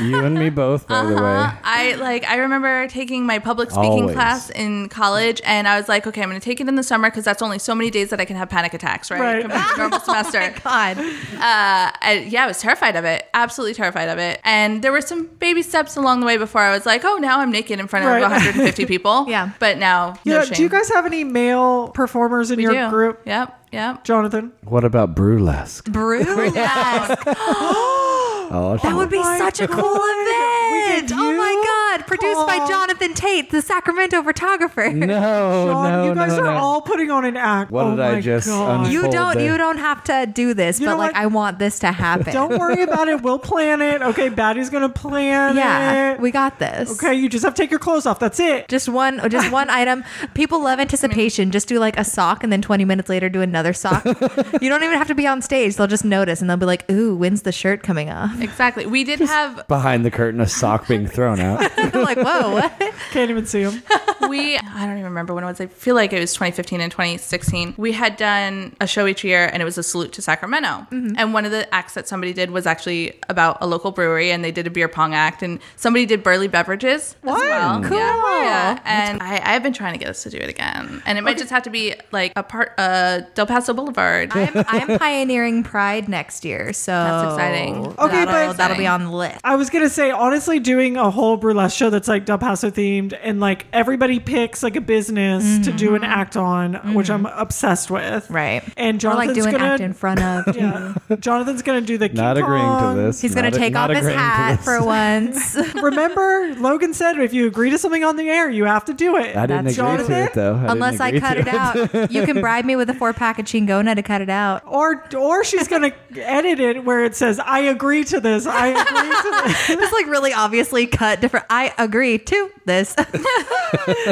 Speaker 3: you and me both, by the
Speaker 2: Uh-huh.
Speaker 3: way.
Speaker 4: Uh-huh. I like I remember taking my public speaking
Speaker 3: Always.
Speaker 4: class in college and I was like, okay, I'm going to take it in the summer cuz that's only so many days that I can have panic attacks, right?
Speaker 1: Right.
Speaker 4: Compared to
Speaker 3: [laughs]
Speaker 4: normal semester.
Speaker 2: God.
Speaker 4: uh, I, yeah, I was terrified of it. Absolutely terrified of it. And there were some baby steps along the way before I was like, oh, now I'm naked in front of
Speaker 1: Right. [laughs]
Speaker 4: 150 people.
Speaker 2: Yeah.
Speaker 4: But now,
Speaker 1: Yeah.
Speaker 4: no
Speaker 1: Do you
Speaker 4: shame.
Speaker 1: guys have any male performers in
Speaker 4: We
Speaker 1: your
Speaker 4: do.
Speaker 1: group?
Speaker 4: Yep. Yep.
Speaker 1: Jonathan.
Speaker 3: What about
Speaker 1: [laughs]
Speaker 3: burlesque?
Speaker 2: Brulesque.
Speaker 3: Oh,
Speaker 2: That would be
Speaker 1: my
Speaker 2: such a cool
Speaker 1: We
Speaker 2: event.
Speaker 1: could
Speaker 2: Oh my
Speaker 1: you
Speaker 2: God. Produced by
Speaker 1: call-
Speaker 2: Jonathan Tate, the Sacramento photographer.
Speaker 3: No,
Speaker 1: John,
Speaker 3: Oh, no,
Speaker 1: you guys
Speaker 3: no,
Speaker 1: are
Speaker 3: no.
Speaker 1: all putting on an act.
Speaker 3: What
Speaker 1: oh
Speaker 3: did I
Speaker 1: my
Speaker 3: just
Speaker 1: God.
Speaker 3: un-
Speaker 2: [laughs] You
Speaker 3: Fold
Speaker 2: don't
Speaker 3: there.
Speaker 2: you don't have to do this,
Speaker 1: eh? You
Speaker 2: but
Speaker 1: know
Speaker 2: like
Speaker 1: what?
Speaker 2: I want this to happen.
Speaker 1: Don't worry about it. We'll plan it. Okay, Batty's gonna plan
Speaker 2: yeah,
Speaker 1: it.
Speaker 2: we got this.
Speaker 1: okay, you just have to take your clothes off. That's it.
Speaker 2: Just one
Speaker 4: [laughs]
Speaker 2: just one item. People love anticipation. Just do like a sock and then 20 minutes later do another sock.
Speaker 4: [laughs]
Speaker 2: you don't even have to be on stage. They'll just notice and they'll be like, "Ooh, when's the shirt coming [laughs] off?"
Speaker 4: Exactly. We did have
Speaker 3: Behind the curtain, a sock being
Speaker 2: [laughs]
Speaker 3: thrown out.
Speaker 2: They're like, "Whoa, what?"
Speaker 1: Can't even see him.
Speaker 4: we I don't even remember when it was. I feel like it was 2015 and 2016. We had done a show each year, and it was a salute to Sacramento.
Speaker 1: Mm-hmm.
Speaker 4: And one of the acts that somebody did was actually about a local brewery, and they did a beer pong act, and somebody did burley beverages
Speaker 1: What?
Speaker 4: as [laughs] well.
Speaker 1: Cool.
Speaker 4: Yeah, Oh, yeah. And I, I've been trying to get us to do it again, and it might just have to be like a part, uh, Del Paso Boulevard.
Speaker 2: I'm, I'm pioneering Pride next year, so
Speaker 4: That's exciting. Okay,
Speaker 2: that'll,
Speaker 1: but-
Speaker 2: that'll be on the list.
Speaker 1: I was gonna say honestly, doing a whole burlesque show that's like Del Paso themed and like everybody picks like a business to do an act on, which I'm obsessed with.
Speaker 2: Mm-hmm. Right.
Speaker 1: And
Speaker 2: Or like
Speaker 1: Jonathan's
Speaker 2: do an
Speaker 1: gonna
Speaker 2: act in front of.
Speaker 4: [laughs]
Speaker 1: yeah, Jonathan's gonna do the King
Speaker 3: [laughs] Not agreeing to
Speaker 1: Kong.
Speaker 3: this.
Speaker 2: He's gonna
Speaker 3: Not a-
Speaker 2: take
Speaker 3: not
Speaker 2: off his
Speaker 3: agreeing to
Speaker 2: hat
Speaker 3: this.
Speaker 2: for once.
Speaker 3: [laughs]
Speaker 1: Remember, Logan said if you agree to something on the air, you have to do it.
Speaker 3: I didn't
Speaker 2: That's
Speaker 3: agree to it
Speaker 1: Jonathan?
Speaker 3: though. I
Speaker 2: Unless I cut it out, you can bribe me with a four pack of chingona to cut it out.
Speaker 1: Or or she's
Speaker 4: [laughs]
Speaker 1: gonna edit it where it says I agree to this. I agree
Speaker 4: [laughs]
Speaker 1: to this.
Speaker 2: It's like really obviously cut different. I agree to this.
Speaker 3: [laughs]
Speaker 2: [laughs]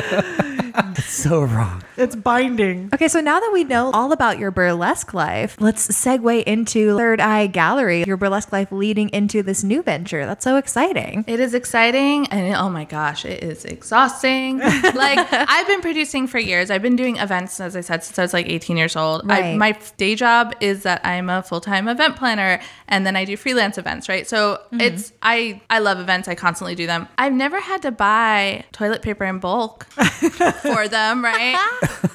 Speaker 3: So wrong.
Speaker 1: It's binding.
Speaker 2: okay, so now that we know all about your burlesque life, let's segue into Third Eye Gallery, your burlesque life leading into this new venture. That's so exciting.
Speaker 4: It is exciting and it- oh my gosh, it
Speaker 2: [laughs]
Speaker 4: is exhausting. like I've been producing for years. I've been doing events as I said since I was like 18 years old.
Speaker 2: Right.
Speaker 4: I, my f- day job is that I'm a full-time event planner and then I do freelance events, right? So
Speaker 2: Mm-hmm.
Speaker 4: it's I I love events. I constantly do them. I've never had to buy toilet paper
Speaker 2: [laughs]
Speaker 4: in bulk for them, right?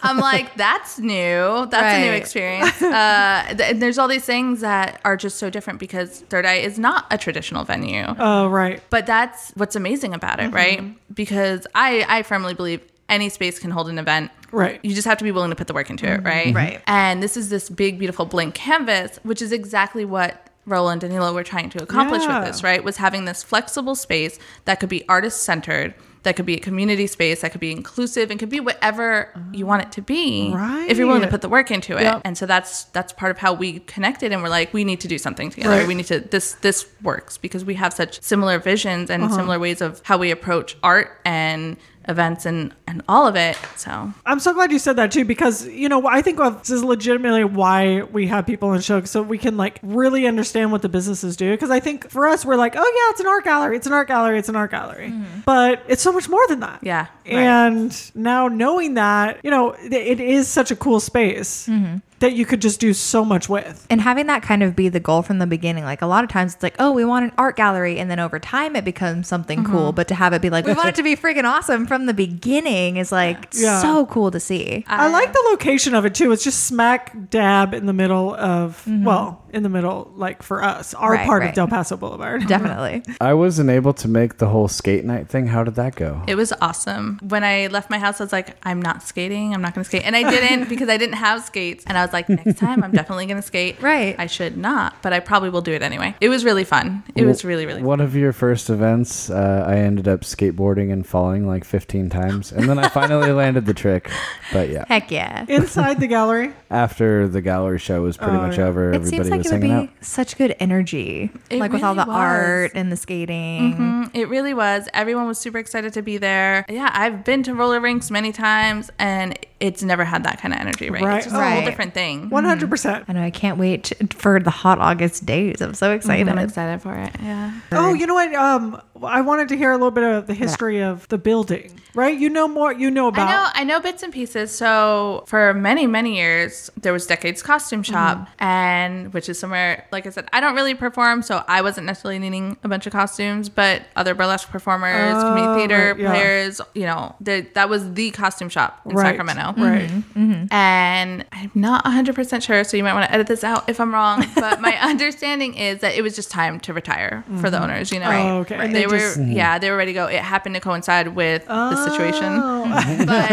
Speaker 4: I'm like that's new. That's a new
Speaker 2: Right.
Speaker 4: experience. Uh, th- and there's all these things that are just so different because Third Eye is not a traditional venue.
Speaker 1: Oh right.
Speaker 4: But that's what's amazing about it,
Speaker 1: Mm-hmm.
Speaker 4: right? Because I I firmly believe any space can hold an event.
Speaker 1: Right. Mm-hmm.
Speaker 4: You just have to be willing to put the work into it, right?
Speaker 2: Right.
Speaker 4: And this is this big beautiful blank canvas, which is exactly what Roland and Danilo were trying to accomplish
Speaker 1: Yeah.
Speaker 4: with this, right? Was having this flexible space that could be artist centered, that could be a community space, that could be inclusive, and could be whatever you want it to be, If you're willing to
Speaker 1: Oh. Right.
Speaker 4: put the work into it,
Speaker 1: Yep.
Speaker 4: and so that's that's part of how we connected, and we're like, we need to do something together.
Speaker 1: Right.
Speaker 4: We need to this this works because we have such similar visions
Speaker 1: Uh-huh.
Speaker 4: and similar ways of how we approach art and events and and all of it. So
Speaker 1: I'm so glad you said that too because you know I think this is legitimately why we have people on show so we can like really understand what the businesses do because I think for us we're like oh yeah it's an art gallery it's an art gallery it's an art gallery but it's so much more than that
Speaker 4: Mm-hmm. Yeah, right.
Speaker 1: and now knowing that you know th- it is such a cool space
Speaker 4: Mm-hmm.
Speaker 1: that you could just do so much with
Speaker 2: And having that kind of be the goal from the beginning, like a lot of times it's like, oh, we want an art gallery, and then over time it becomes something
Speaker 4: Mm-hmm.
Speaker 2: cool. But to have it be like, we want it to be freaking awesome from the beginning is like
Speaker 1: Yeah.
Speaker 2: so cool to see.
Speaker 4: Mm-hmm.
Speaker 1: I like the location of it too. It's just smack dab in the middle of, well, in the middle, like for us, our
Speaker 2: Right,
Speaker 1: part
Speaker 2: right.
Speaker 1: of Del Paso Boulevard. [laughs]
Speaker 2: Definitely.
Speaker 3: I wasn't able to make the whole skate night thing. How did that go?
Speaker 4: It was awesome. When I left my house, I was like, I'm not skating. I'm not going to skate. And
Speaker 1: [laughs]
Speaker 4: I didn't because I didn't have skates. And I was like, next time, I'm definitely going to skate.
Speaker 2: Right.
Speaker 4: I should not, but I probably will do it anyway. It was really fun. It was really, really fun.
Speaker 3: One of your first events, uh, I ended up skateboarding and falling like 15 times, and then I finally landed the trick. But yeah,
Speaker 2: Heck yeah.
Speaker 1: Inside the gallery.
Speaker 3: Mm-hmm. after the gallery show was pretty
Speaker 1: Oh,
Speaker 3: much
Speaker 1: yeah.
Speaker 3: over,
Speaker 2: It
Speaker 3: everybody
Speaker 2: seems like it
Speaker 3: was
Speaker 2: would be
Speaker 3: hanging out.
Speaker 2: such good energy,
Speaker 4: It
Speaker 2: like with all the
Speaker 4: really was.
Speaker 2: art and the skating.
Speaker 4: Mm, It really was. Everyone was super excited to be there. Yeah, I've been to roller rinks many times and it's never had that kind of energy, right?
Speaker 1: Right.
Speaker 4: It's just a
Speaker 2: Right.
Speaker 4: whole different thing.
Speaker 1: One hundred percent.
Speaker 2: I know. I can't wait for the hot August days. I'm so excited.
Speaker 1: Mm-hmm.
Speaker 4: I'm excited for it. Yeah.
Speaker 1: Oh, you know what? Um, I wanted to hear a little bit of the history of the building, right? You know more. You know about.
Speaker 4: I know, I know bits and pieces. So for many, many years, there was Decades
Speaker 1: Mm-hmm.
Speaker 4: Costume Shop, and which is somewhere, like I said, I don't really perform, so I wasn't necessarily needing a bunch of costumes, but other burlesque performers,
Speaker 1: Oh,
Speaker 4: community theater
Speaker 1: right, yeah.
Speaker 4: players, you know, they, that was the costume shop in
Speaker 1: right,
Speaker 4: Sacramento. Mm-hmm.
Speaker 1: Right. Mm-hmm.
Speaker 4: And I'm not 100% sure, so you might want to edit this out if
Speaker 1: [laughs]
Speaker 4: I'm wrong, but my understanding is that it was just time to retire for the owners, you know.
Speaker 1: Oh, okay. And
Speaker 4: They,
Speaker 1: they
Speaker 4: were
Speaker 1: just-
Speaker 4: yeah, they were ready to go. It happened to coincide with the situation
Speaker 1: Oh. [laughs]
Speaker 4: but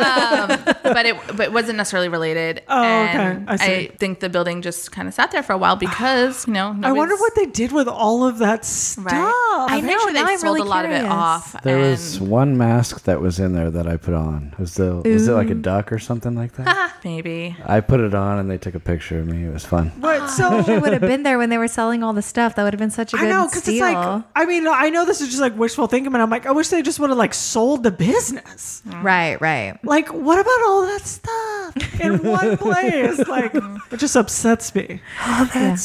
Speaker 4: um, but it but it wasn't necessarily related.
Speaker 1: Oh, okay.
Speaker 4: and
Speaker 1: I see.
Speaker 4: think the building just kind of sat there for a while because you know. [laughs]
Speaker 1: I wonder
Speaker 4: nobody's-
Speaker 1: what they did with all of that stuff.
Speaker 4: Right. I'm
Speaker 2: I
Speaker 4: pretty
Speaker 2: know,
Speaker 4: Sure they
Speaker 2: now I'm
Speaker 4: sold
Speaker 2: really
Speaker 4: a lot of it
Speaker 2: curious.
Speaker 4: off.
Speaker 3: There
Speaker 4: and
Speaker 3: was one mask that was in there that I put on. Was the was it like a duck or something like
Speaker 4: [laughs]
Speaker 3: that?
Speaker 4: Ah, maybe.
Speaker 3: I put it on and they took a picture of me. It was
Speaker 1: [laughs]
Speaker 3: fun.
Speaker 1: But so
Speaker 2: I would have been there when they were selling all the stuff. That would have been such a good
Speaker 1: I know because
Speaker 2: steal.
Speaker 1: it's like I mean I know this is just like wishful thinking, but I'm like I wish they just would have like sold the business.
Speaker 2: right, right.
Speaker 1: Like what about all that stuff [laughs] in one place? Like it just upsets me.
Speaker 2: All that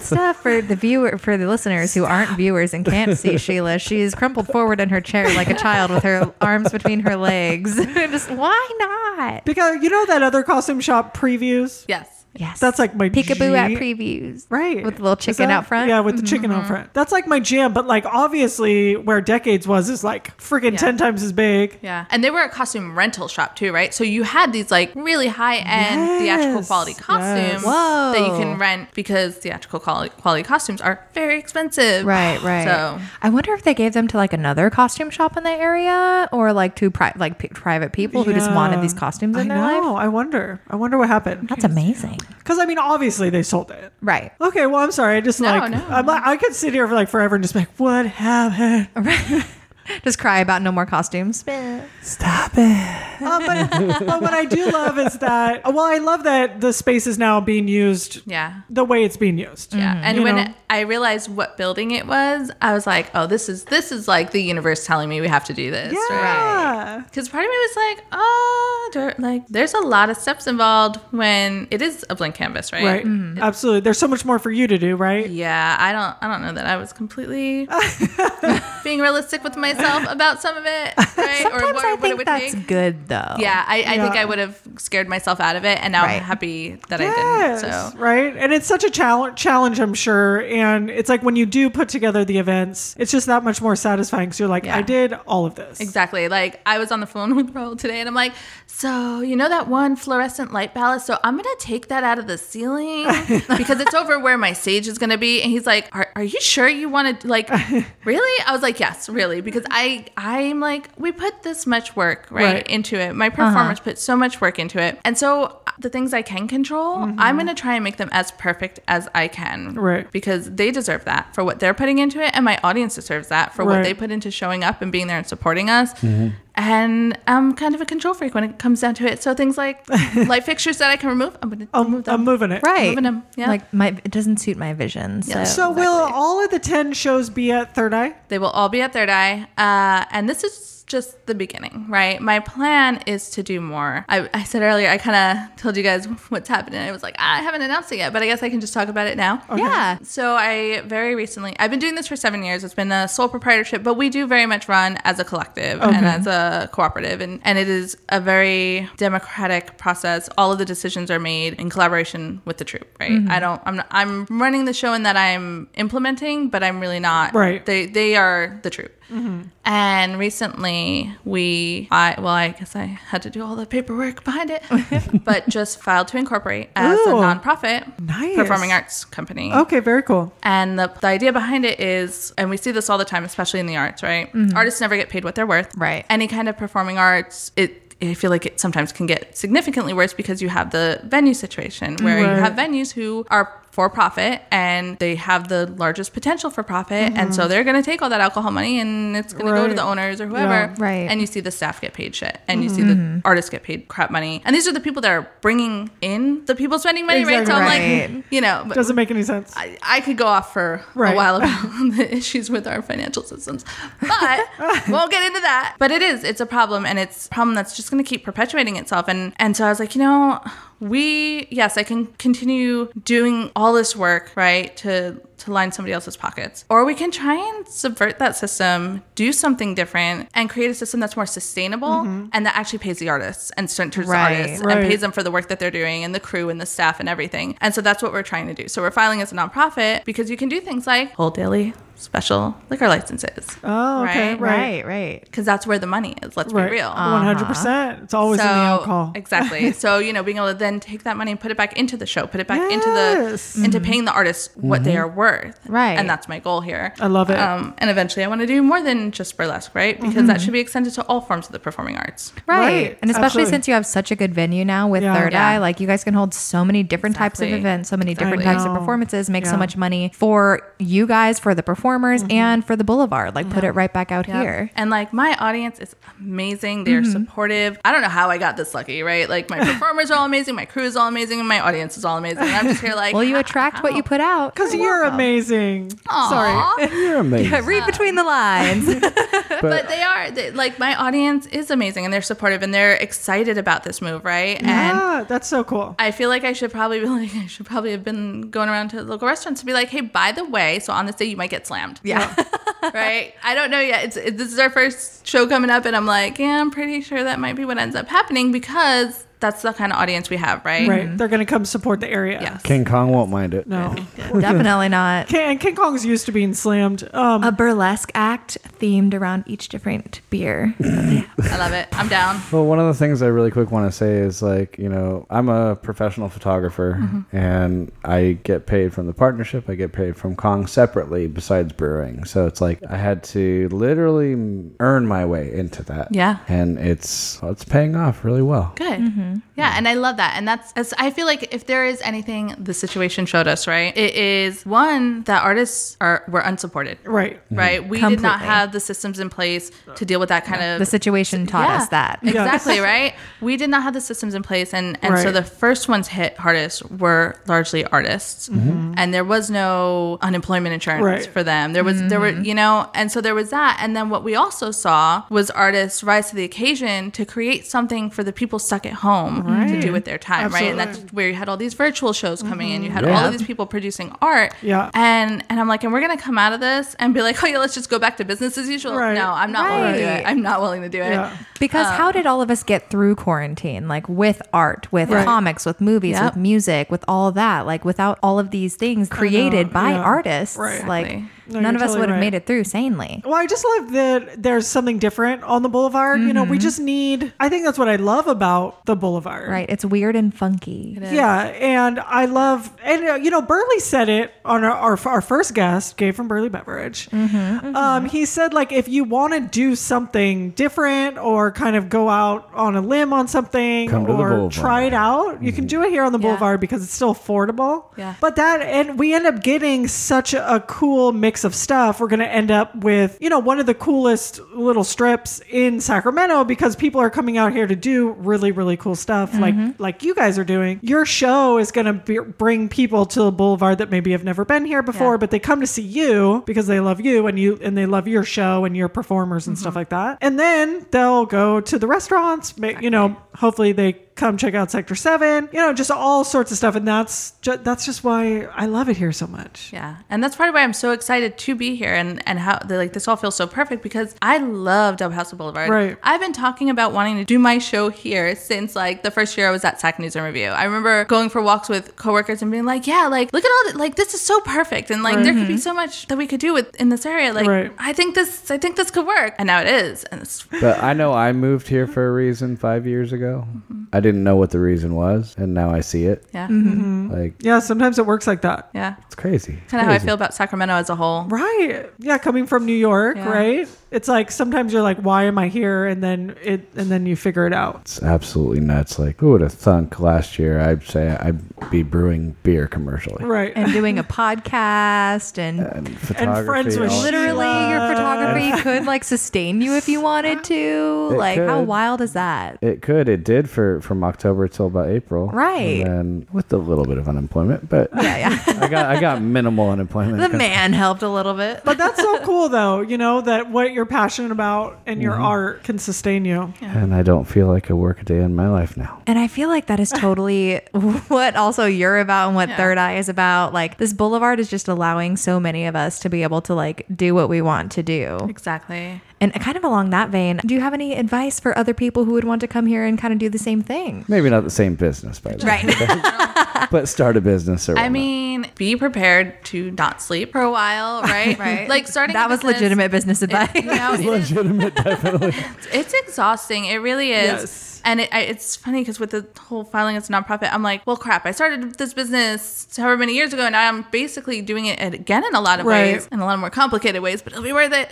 Speaker 2: stuff for the viewer, for the listeners who aren't viewers and can't
Speaker 1: [laughs]
Speaker 2: see Sheila. She is crumpled forward in her chair like a child with her arms between
Speaker 1: [laughs]
Speaker 2: her legs. [laughs] Just why not?
Speaker 1: Because you know that other costume shop previews.
Speaker 4: Yes.
Speaker 2: Yes,
Speaker 1: That's like my
Speaker 2: peekaboo at
Speaker 1: G-
Speaker 2: previews.
Speaker 1: Right.
Speaker 2: with the little
Speaker 1: Is
Speaker 2: chicken
Speaker 1: that-
Speaker 2: out front.
Speaker 1: Yeah, with the chicken out front. That's like my jam, but like obviously where Decades was is like freaking 10 times as big.
Speaker 4: Yeah. And they were a costume rental shop too, right? So you had these like really high end theatrical
Speaker 1: Yes,
Speaker 4: quality
Speaker 1: yes.
Speaker 4: costumes
Speaker 2: Whoa.
Speaker 4: that you can rent because theatrical quali- quality costumes are very
Speaker 1: [sighs]
Speaker 4: expensive.
Speaker 2: Right, right.
Speaker 4: So
Speaker 2: I wonder if they gave them to like another costume shop in the area, or like to pri- like p- private people who just
Speaker 1: Yeah.
Speaker 2: wanted these costumes in
Speaker 1: I
Speaker 2: their
Speaker 1: know.
Speaker 2: life.
Speaker 1: I wonder. I wonder what happened.
Speaker 2: That's amazing.
Speaker 1: Because I mean, obviously they sold it.
Speaker 2: Right.
Speaker 1: Okay, well, I'm sorry. I just
Speaker 4: No,
Speaker 1: like,
Speaker 4: no.
Speaker 1: I'm like- I could sit here for like forever and just be like, what happened?
Speaker 2: Just cry about no more costumes.
Speaker 1: Stop it. Uh, but, but what I do love is that, uh, well, I love that the space is now being used
Speaker 4: yeah.
Speaker 1: the way it's being used.
Speaker 4: Yeah, and
Speaker 1: You
Speaker 4: when
Speaker 1: know?
Speaker 4: I realized what building it was, I was like, "Oh, this is this is like the universe telling me we have to do this."
Speaker 1: Yeah.
Speaker 4: Because part of me was like, "Oh, there, like there's a lot of steps involved when it is a blank canvas, right?" Mm. Mm-hmm.
Speaker 1: Right. Absolutely. There's so much more for you to do, right?
Speaker 4: Yeah, I don't I don't know that I was completely being realistic with myself about some of it, right?
Speaker 2: Sometimes I
Speaker 4: it
Speaker 2: think
Speaker 4: would
Speaker 2: that's
Speaker 4: take.
Speaker 2: good though.
Speaker 4: Yeah, I, I think
Speaker 1: Yeah.
Speaker 4: I would have scared myself out of it, and now
Speaker 2: Right.
Speaker 4: I'm happy that
Speaker 1: Yes,
Speaker 4: I didn't. So
Speaker 1: right, and it's such a challenge, challenge I'm sure. And it's like when you do put together the events, it's just that much more satisfying. So you're like,
Speaker 4: Yeah.
Speaker 1: I did all of this.
Speaker 4: Exactly. Like I was on the phone [laughs] with Raul today, and I'm like, "So you know that one fluorescent light ballast? So I'm gonna take that out of the ceiling because it's over where my sage is gonna be." And he's like, "Are, are you sure you want to like really?" I was like, "Yes, really," because I I'm like, we put this much work right,
Speaker 1: Right.
Speaker 4: into it. My performers put so much work into it, and so uh, the things I can control, I'm gonna try and make them as perfect as I can,
Speaker 1: Right.
Speaker 4: Because they deserve that for what they're putting into it, and my audience deserves that for
Speaker 1: Right.
Speaker 4: what they put into showing up and being there and supporting us. And I'm kind of a control freak when it comes down to it. So things like light fixtures that I can remove, I'm going to
Speaker 1: I'm,
Speaker 4: remove them.
Speaker 1: I'm moving it.
Speaker 2: Right.
Speaker 4: Moving 'em, yeah.
Speaker 2: Like my it doesn't suit my vision. So,
Speaker 4: Yeah.
Speaker 1: So will all of the ten shows be at Third Eye?
Speaker 4: They will all be at Third Eye. Uh, and this is just the beginning, right? My plan is to do more. I, I said earlier, I kind of told you guys what's happening. I was like, "Ah, I haven't announced it yet, but I guess I can just talk about it now.
Speaker 2: yeah.
Speaker 4: So I very recently, I've been doing this for seven years. It's been a sole proprietorship, but we do very much run as a collective and as a cooperative, and and it is a very democratic process. All of the decisions are made in collaboration with the troupe, right? I don't, I'm, not, I'm running the show in that I'm implementing, but I'm really not.
Speaker 1: Right.
Speaker 4: They they are the troupe.
Speaker 1: Mm-hmm.
Speaker 4: And recently, we, I, well, I guess I had to do all the paperwork
Speaker 1: [laughs]
Speaker 4: behind it, but just filed to incorporate as a
Speaker 1: Ooh.
Speaker 4: nonprofit
Speaker 1: Nice.
Speaker 4: performing arts company.
Speaker 1: Okay, very cool.
Speaker 4: And the, the idea behind it is, and we see this all the time, especially in the arts, right? Artists never get paid what they're worth.
Speaker 2: Mm-hmm. Right.
Speaker 4: Any kind of performing arts, it I feel like it sometimes can get significantly worse because you have the venue situation where you have venues who are for profit and they have the largest potential for profit. And
Speaker 2: Mm-hmm.
Speaker 4: so they're going to take all that alcohol money and it's going to go to
Speaker 1: Right.
Speaker 4: the owners or whoever.
Speaker 2: Yeah. Right. Mm-hmm.
Speaker 4: And you see the staff get paid shit and you see the artists get paid crap money. And these are the people that are bringing in the people spending money, right? So I'm
Speaker 2: Exactly.
Speaker 4: like, you know, but-
Speaker 1: Doesn't make any sense.
Speaker 4: I, I could go off for
Speaker 1: Right.
Speaker 4: a while
Speaker 1: [laughs]
Speaker 4: about the issues with our financial systems, but won't get into that. But it is, it's a problem, and it's a problem that's just going to keep perpetuating itself. And and so I was like, you know, we yes i can continue doing all this work right to to line somebody else's pockets or we can try and subvert that system do something different and create a system that's more sustainable and that actually pays the artists and centers
Speaker 2: Right,
Speaker 4: the artists
Speaker 1: Mm-hmm. right.
Speaker 4: and pays them for the work that they're doing and the crew and the staff and everything and so that's what we're trying to do so we're filing as a nonprofit because you can do things like hold daily special liquor licenses
Speaker 1: Oh, okay, right,
Speaker 4: Right.
Speaker 2: Right, right.
Speaker 4: because that's where the money is let's
Speaker 1: right. Uh-huh.
Speaker 4: be real
Speaker 1: One hundred percent. It's always in the alcohol. [laughs]
Speaker 4: Exactly. so you know, being able to then take that money and put it back into the show, put it back
Speaker 1: Yes.
Speaker 4: into the into paying the artists what they are worth.
Speaker 2: Right.
Speaker 4: And that's my goal here.
Speaker 1: I love it.
Speaker 4: Um, and eventually, I want to do more than just burlesque, right? Because
Speaker 1: Mm-hmm.
Speaker 4: that should be extended to all forms of the performing arts.
Speaker 2: Right.
Speaker 1: Right,
Speaker 2: And especially
Speaker 1: absolutely.
Speaker 2: since you have such a good venue now with
Speaker 1: Yeah.
Speaker 2: Third
Speaker 4: Yeah.
Speaker 2: Eye, like you guys can hold so many different types
Speaker 4: Exactly.
Speaker 2: of events, so many different
Speaker 1: I
Speaker 2: types of
Speaker 1: know.
Speaker 2: performances, make so
Speaker 1: Yeah.
Speaker 2: much money for you guys, for the performers, and for the boulevard. Like put it right back out
Speaker 4: Mm-hmm. Yep.
Speaker 2: here. Mm-hmm.
Speaker 4: And like my audience is amazing. They're supportive. I don't know how I got this lucky, right? Like
Speaker 2: [laughs]
Speaker 4: my performers are all amazing, my crew is all amazing, and my audience is all amazing. I'm just here like
Speaker 2: Well, you attract what you put out.
Speaker 1: Because you're amazing. Sorry.
Speaker 4: Sorry.
Speaker 3: You're amazing.
Speaker 2: Read between the lines.
Speaker 4: [laughs] but they are they, like my audience is amazing and they're supportive and they're excited about this move right and
Speaker 1: Yeah, Ah, that's so cool.
Speaker 4: I feel like I should probably be [laughs] like I should probably have been going around to local restaurants to be like, hey, by the way, so on this day you might get slammed,
Speaker 2: yeah.
Speaker 4: right? I don't know yet. It's it, this is our first show coming up, and I'm like, yeah, I'm pretty sure that might be what ends up happening because that's the kind of audience we have, right?
Speaker 1: Right. They're going to come support the area.
Speaker 4: Yes.
Speaker 3: King Kong won't mind it.
Speaker 1: No.
Speaker 2: [laughs] Definitely not.
Speaker 1: King, and King Kong's used to being slammed. Um,
Speaker 2: A burlesque act themed around each different beer.
Speaker 4: I love it. I'm down.
Speaker 3: Well, one of the things I really quick want to say is like, you know, I'm a professional photographer
Speaker 4: Mm-hmm.
Speaker 3: and I get paid from the partnership. I get paid from Kong separately besides brewing. So it's like I had to literally m- earn my way into that.
Speaker 4: Yeah.
Speaker 3: And it's it's paying off really well.
Speaker 4: Good.
Speaker 2: Mm-hmm.
Speaker 4: Yeah, and I love that. And that's, that's I feel like if there is anything the situation showed us, right? It is one that artists are were unsupported.
Speaker 1: right.
Speaker 4: Right? We did not
Speaker 2: Completely.
Speaker 4: have the systems in place to deal with that kind of
Speaker 2: The situation taught
Speaker 4: Yeah,
Speaker 2: us that.
Speaker 1: Yeah.
Speaker 4: Exactly, right? We did not have the systems in place and and so
Speaker 1: Right.
Speaker 4: the first ones hit hardest were largely artists. And there was no unemployment insurance
Speaker 1: Mm-hmm. Right.
Speaker 4: for them. There was there
Speaker 2: Mm-hmm.
Speaker 4: were, you know, and so there was that. And then what we also saw was artists rise to the occasion to create something for the people stuck at home to do with their time, right? And
Speaker 1: Absolutely.
Speaker 4: that's where you had all these virtual shows coming in. You had
Speaker 3: Yeah.
Speaker 4: all of these people producing art.
Speaker 1: Yeah.
Speaker 4: And and I'm like, and we're going to come out of this and be like, "Oh yeah, let's just go back to business as usual."
Speaker 1: Right.
Speaker 4: No, I'm not willing to do
Speaker 2: Right.
Speaker 4: it. I'm not willing to do it.
Speaker 1: Yeah.
Speaker 2: Because how did all of us get through quarantine? Like with art, with
Speaker 1: Right.
Speaker 2: comics, with movies,
Speaker 4: Yep.
Speaker 2: with music, with all that. Like without all of these things created by
Speaker 1: yeah.
Speaker 2: artists,
Speaker 1: Right.
Speaker 2: like
Speaker 4: Exactly.
Speaker 1: No,
Speaker 2: none
Speaker 1: you're
Speaker 2: of us
Speaker 1: totally
Speaker 2: would have
Speaker 1: right.
Speaker 2: made it through sanely.
Speaker 1: Well, I just love that there's something different on the boulevard. You know, we just need, I think that's what I love about the boulevard.
Speaker 2: Right? It's weird and funky.
Speaker 1: Yeah, and I love, and uh, you know, Burley said it on our our, our first guest, Gabe from Burley Beverage. Um, he said like if you want to do something different or kind of go out on a limb on something
Speaker 3: Come to the
Speaker 1: or
Speaker 3: boulevard.
Speaker 1: try it out, you can do it here on the boulevard because it's still affordable.
Speaker 4: Yeah.
Speaker 1: but that and we end up getting such a cool mix of stuff. We're gonna end up with you know one of the coolest little strips in Sacramento because people are coming out here to do really really cool stuff
Speaker 4: Mm-hmm.
Speaker 1: like like you guys are doing. Your show is gonna be, bring people to the boulevard that maybe have never been here before,
Speaker 4: Yeah.
Speaker 1: but they come to see you because they love you and you and they love your show and your performers and
Speaker 4: Mm-hmm.
Speaker 1: stuff like that. And then they'll go to the restaurants, ma- you know, hopefully they come check out sector 7, you know, just all sorts of stuff and that's ju- that's just why I love it here so much.
Speaker 4: Yeah, and that's part of why I'm so excited to be here, and and how the, like this all feels so perfect because I love Dub House Boulevard.
Speaker 1: Right.
Speaker 4: I've been talking about wanting to do my show here since like the first year I was at Sac News and Review. I remember going for walks with coworkers and being like, "Yeah, like look at all the, like this is so perfect, and like there could be so much that we could do with in this area. Like
Speaker 1: Right.
Speaker 4: I think this I think this could work, and now it is, and it's
Speaker 3: But I know I moved here for a reason 5 years ago.
Speaker 4: Mm-hmm.
Speaker 3: I didn't know what the reason was and now I see it.
Speaker 4: yeah,
Speaker 3: Like
Speaker 1: Yeah, sometimes it works like that.
Speaker 4: yeah.
Speaker 3: it's crazy.
Speaker 4: Kind of Mm-hmm. how I
Speaker 3: Crazy.
Speaker 4: feel about Sacramento as a whole.
Speaker 1: Right. Yeah, coming from New York,
Speaker 4: Yeah.
Speaker 1: right? It's like sometimes you're like why am I here and then it and then you figure it out.
Speaker 3: It's absolutely nuts. Like, who would have thunk last year? I'd say I'd be brewing beer commercially.
Speaker 1: Right. [laughs]
Speaker 2: And doing a podcast and
Speaker 3: And photography.
Speaker 1: friends with
Speaker 3: all-
Speaker 1: shit.
Speaker 2: literally your photography could like sustain you if you wanted to.
Speaker 3: It
Speaker 2: like how
Speaker 3: could.
Speaker 2: wild is that?
Speaker 3: It could. It did for from October till about April.
Speaker 2: Right.
Speaker 3: And then with a little bit of unemployment, but
Speaker 2: Yeah, yeah.
Speaker 3: [laughs] I got I got minimal unemployment.
Speaker 2: the man helped a little bit.
Speaker 4: [laughs]
Speaker 1: But that's so cool, though, you know, that what you're passionate about and your art can sustain you.
Speaker 3: [laughs] And I don't feel like I work a day in my life now.
Speaker 2: And I feel like
Speaker 4: [laughs]
Speaker 2: that is totally what also you're about and what Third Eye is about. Like this boulevard is just allowing so many of us to be able to like do what we want to do.
Speaker 4: Exactly.
Speaker 2: And kind of along that vein, do you have any advice for other people who would want to come here and kind of do the same thing?
Speaker 3: Maybe not the same business, by the way, [laughs]
Speaker 2: Right.
Speaker 3: but start a business or
Speaker 4: I
Speaker 3: whatnot.
Speaker 4: mean, be prepared to not sleep for a while, right?
Speaker 2: [laughs] right.
Speaker 4: Like starting a
Speaker 2: That was
Speaker 4: business,
Speaker 2: legitimate business advice. [laughs]
Speaker 4: You
Speaker 1: [laughs]
Speaker 4: know, it is-
Speaker 3: legitimate, definitely.
Speaker 4: [laughs] it's exhausting. It really is.
Speaker 1: Yes.
Speaker 4: And it, I, it's funny because with the whole filing as a nonprofit, I'm like, well, crap, I started this business however many years ago, and now I'm basically doing it again in a lot of
Speaker 1: Right.
Speaker 4: ways, in a lot of more complicated ways, but it'll be worth it.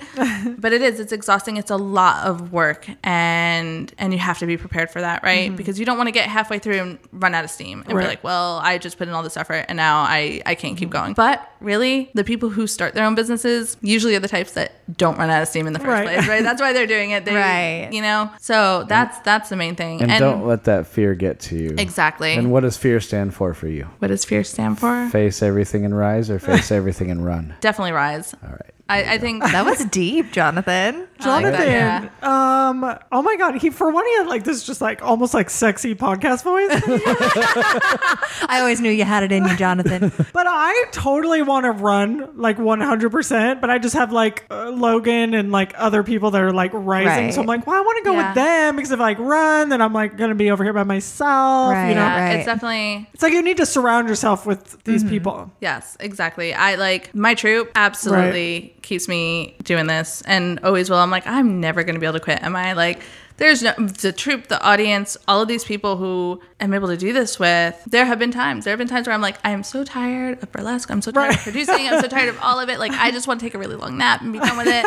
Speaker 4: but it is. It's exhausting. It's a lot of work, and and you have to be prepared for that, right? Because you don't want to get halfway through and run out of steam and
Speaker 1: Right.
Speaker 4: be like, well, I just put in all this effort, and now I I can't keep going. But really, the people who start their own businesses usually are the types that don't run out of steam in the first
Speaker 1: Right.
Speaker 4: place, right? That's why they're doing it. They
Speaker 2: Right.
Speaker 4: you know so that's that's the main thing
Speaker 3: And, don't let that fear get to you.
Speaker 4: exactly
Speaker 3: And what does fear stand for for you?
Speaker 4: what does fear stand for
Speaker 3: Face everything and rise, or face everything and run?
Speaker 4: definitely rise
Speaker 3: All right.
Speaker 4: i, I think
Speaker 2: that was deep, Jonathan.
Speaker 4: [laughs] I like that,
Speaker 1: Jonathan,
Speaker 4: yeah.
Speaker 1: um, oh my God, he for one he had like this just like almost like sexy podcast voice, [laughs]
Speaker 2: I always knew you had it in you, Jonathan.
Speaker 1: but I totally want to run like 100. percent But I just have like uh, Logan and like other people that are like rising,
Speaker 2: Right.
Speaker 1: so I'm like, well, I want to go
Speaker 4: Yeah.
Speaker 1: with them because if I run, then I'm like gonna be over here by myself.
Speaker 2: Right.
Speaker 1: You know,
Speaker 4: yeah,
Speaker 2: Right.
Speaker 4: it's definitely
Speaker 1: it's like you need to surround yourself with these
Speaker 4: Mm-hmm.
Speaker 1: people.
Speaker 4: yes exactly i like my troop absolutely keeps me doing this and always will i'm like i'm never going to be able to quit am i like there's no the troop the audience all of these people who i'm able to do this with there have been times there have been times where i'm like i am so tired of burlesque i'm so tired of producing i'm so tired of all of it like i just want to take a really long nap and be done with it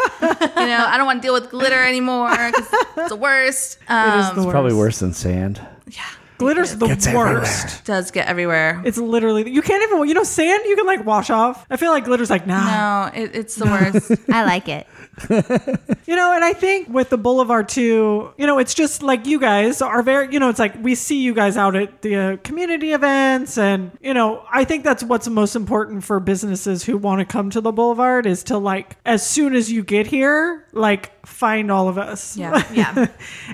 Speaker 4: you know i don't want to deal with glitter anymore because it's the worst um,
Speaker 1: It is the worst.
Speaker 3: Probably worse than sand.
Speaker 1: Glitter's the worst.
Speaker 4: does get everywhere
Speaker 1: It's literally you can't even you know sand you can like wash off. I feel like glitter's like nah.
Speaker 4: no it, it's the worst
Speaker 2: [laughs] I like it.
Speaker 1: You know, and I think with the Boulevard too, you know, it's just like you guys are very, you know, it's like we see you guys out at the uh, community events. And, you know, I think that's what's most important for businesses who want to come to the Boulevard is to like, as soon as you get here, like find all of us. [laughs]
Speaker 4: Yeah.
Speaker 2: Yeah.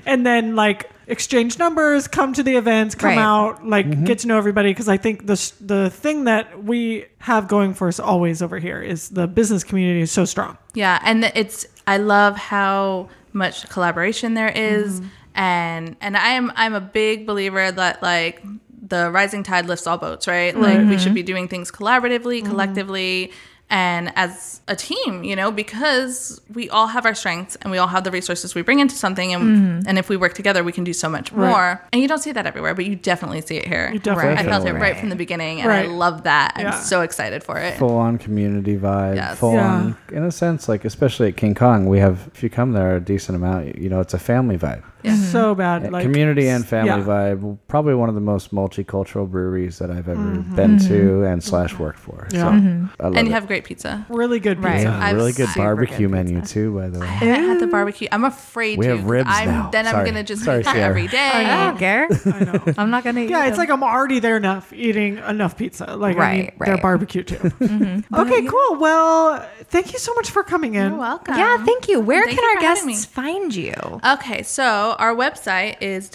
Speaker 1: and then like exchange numbers, come to the events, come
Speaker 2: Right.
Speaker 1: out, like get to know everybody. Cause I think the, the thing that we have going for us always over here is the business community is so strong.
Speaker 4: Yeah, and th- it's I love how much collaboration there is,
Speaker 1: Mm-hmm.
Speaker 4: and and I'm I'm a big believer that like the rising tide lifts all boats, right? Like
Speaker 1: Mm-hmm.
Speaker 4: we should be doing things collaboratively, collectively. And as a team, you know, because we all have our strengths and we all have the resources we bring into something, and
Speaker 1: Mm-hmm.
Speaker 4: and if we work together, we can do so much more. And you don't see that everywhere, but you definitely see it here.
Speaker 1: You definitely
Speaker 4: I felt it
Speaker 3: Right.
Speaker 4: right, from the beginning, and
Speaker 1: Right.
Speaker 4: I love that.
Speaker 1: Yeah.
Speaker 4: I'm so excited for it.
Speaker 3: Full on community vibe.
Speaker 4: Yes.
Speaker 3: Full
Speaker 1: Yeah.
Speaker 3: on, in a sense, like especially at King Kong, we have, if you come there a decent amount, you know, it's a family vibe.
Speaker 1: So bad. Like,
Speaker 3: community and family
Speaker 1: yeah.
Speaker 3: vibe. Probably one of the most multicultural breweries that I've ever been to and slash worked for. So
Speaker 1: Mm-hmm. Yeah.
Speaker 3: I love
Speaker 4: Mm-hmm. And
Speaker 3: it.
Speaker 4: you have great pizza.
Speaker 1: really good
Speaker 2: Right.
Speaker 1: pizza.
Speaker 3: Yeah,
Speaker 4: I've
Speaker 3: really good
Speaker 4: super
Speaker 3: barbecue
Speaker 2: good
Speaker 3: menu too, by the way.
Speaker 4: I haven't had the barbecue. I'm afraid
Speaker 3: We
Speaker 4: to,
Speaker 3: have
Speaker 4: 'cause
Speaker 3: ribs
Speaker 4: I'm,
Speaker 3: now.
Speaker 4: Then
Speaker 3: Sorry.
Speaker 4: I'm gonna just
Speaker 3: Sorry,
Speaker 4: eat that
Speaker 3: Sierra.
Speaker 4: every day.
Speaker 2: I don't care.
Speaker 1: I know.
Speaker 2: I'm not
Speaker 1: [laughs]
Speaker 2: gonna.
Speaker 1: Yeah, it's like I'm already there enough eating enough pizza. Like I need
Speaker 2: Right,
Speaker 1: their
Speaker 2: right. Mm-hmm.
Speaker 1: barbecue
Speaker 2: [laughs]
Speaker 1: too. [laughs] Okay, cool. Well, thank you so much for coming in.
Speaker 4: You're welcome.
Speaker 2: yeah. Thank you. Where
Speaker 4: Thank
Speaker 2: can
Speaker 4: you
Speaker 2: our
Speaker 4: for having
Speaker 2: guests find you?
Speaker 4: Okay, so our website is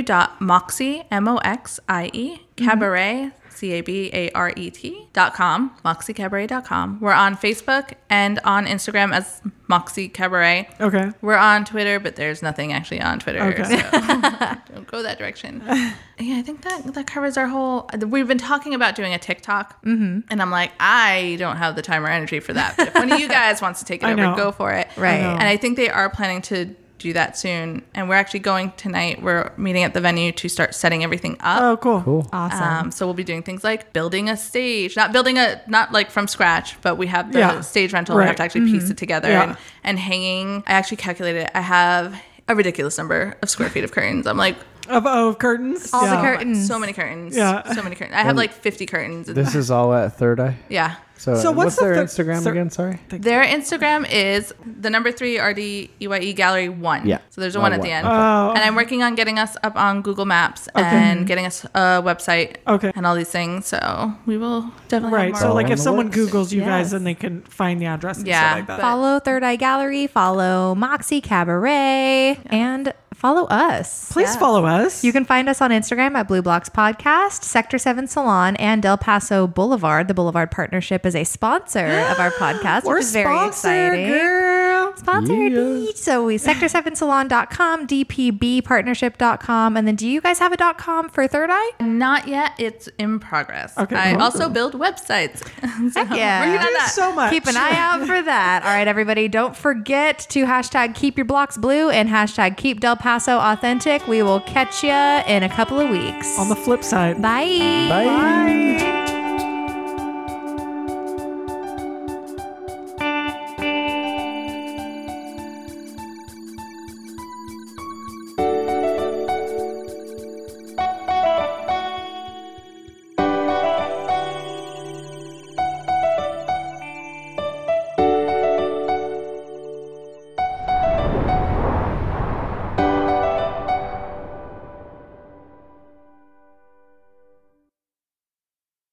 Speaker 4: www.moxie, M-O-X-I-E, E, cabaret, C-A-B-A-R-E-T, E dot com, moxiecabaret.com. We're on Facebook and on Instagram as Moxie Cabaret.
Speaker 1: Okay.
Speaker 4: We're on Twitter, but there's nothing actually on Twitter.
Speaker 1: Okay.
Speaker 4: So [laughs] don't go that direction. Yeah, I think that that covers our whole. We've been talking about doing a TikTok, mm-hmm. and I'm like, I don't have the time or energy for that. But if one of you guys wants to take it
Speaker 1: I
Speaker 4: over,
Speaker 1: know.
Speaker 4: go for it.
Speaker 2: Right. I know.
Speaker 4: And I think they are planning to do that soon. And we're actually going tonight. We're meeting at the venue to start setting everything up.
Speaker 1: Oh, cool.
Speaker 3: Cool.
Speaker 2: Awesome.
Speaker 4: Um, so we'll be doing things like building a stage, not building a not like from scratch, but we have the
Speaker 1: Yeah.
Speaker 4: stage rental. We
Speaker 1: Right. Mm-hmm.
Speaker 4: have to actually piece it together
Speaker 1: Yeah.
Speaker 4: and, and hanging. I actually calculated. it. I have a ridiculous number of square feet of curtains. I'm like,
Speaker 1: of oh curtains.
Speaker 2: All the
Speaker 1: yeah.
Speaker 2: curtains.
Speaker 4: So many curtains.
Speaker 1: Yeah.
Speaker 4: So many curtains. I have like 50 curtains. in
Speaker 3: This
Speaker 4: my-
Speaker 3: is all at Third Eye.
Speaker 4: yeah.
Speaker 3: So, uh,
Speaker 1: So
Speaker 3: what's,
Speaker 1: what's the
Speaker 3: their
Speaker 1: thir-
Speaker 3: Instagram
Speaker 1: sir-
Speaker 3: again? Sorry.
Speaker 4: Their Instagram is the number three R D E Y E gallery one.
Speaker 3: Yeah.
Speaker 4: So there's a
Speaker 3: Oh,
Speaker 4: one at
Speaker 3: one.
Speaker 4: the end.
Speaker 3: Okay.
Speaker 1: Oh,
Speaker 4: And I'm working on getting us up on Google Maps and getting us a website
Speaker 1: Okay.
Speaker 4: and all these things. So we will definitely
Speaker 1: right.
Speaker 4: Have
Speaker 1: So
Speaker 4: more.
Speaker 1: like
Speaker 3: on
Speaker 1: if
Speaker 3: the
Speaker 1: someone
Speaker 3: list.
Speaker 1: Googles you
Speaker 2: Yes.
Speaker 1: guys, then they can find the address and
Speaker 4: Yeah,
Speaker 1: stuff like that.
Speaker 4: but-
Speaker 2: Follow Third Eye Gallery, follow Moxie Cabaret, and follow us.
Speaker 1: Please
Speaker 4: yes.
Speaker 1: follow us.
Speaker 2: You can find us on Instagram at Blue Blocks Podcast, Sector 7 Salon, and Del Paso Boulevard. The Boulevard Partnership is a [gasps] sponsor of our podcast,
Speaker 1: We're
Speaker 2: which is very
Speaker 1: sponsored,
Speaker 2: exciting.
Speaker 1: girl.
Speaker 2: Sponsored.
Speaker 3: Yeah.
Speaker 2: So we sector7salon.com, dpbpartnership.com, and then do you guys have a dot .com for Third Eye?
Speaker 4: Not yet. It's in progress.
Speaker 1: Okay,
Speaker 4: I
Speaker 1: cool.
Speaker 4: also build websites.
Speaker 2: Heck
Speaker 4: [laughs]
Speaker 2: yeah.
Speaker 4: Working on
Speaker 1: Thank you
Speaker 4: that.
Speaker 1: so much.
Speaker 2: Keep an eye out for that. All right, everybody, don't forget to hashtag keep your blocks blue and hashtag keep Del Paso authentic. We will catch you in a couple of weeks.
Speaker 1: on the flip side.
Speaker 2: Bye.
Speaker 3: Bye.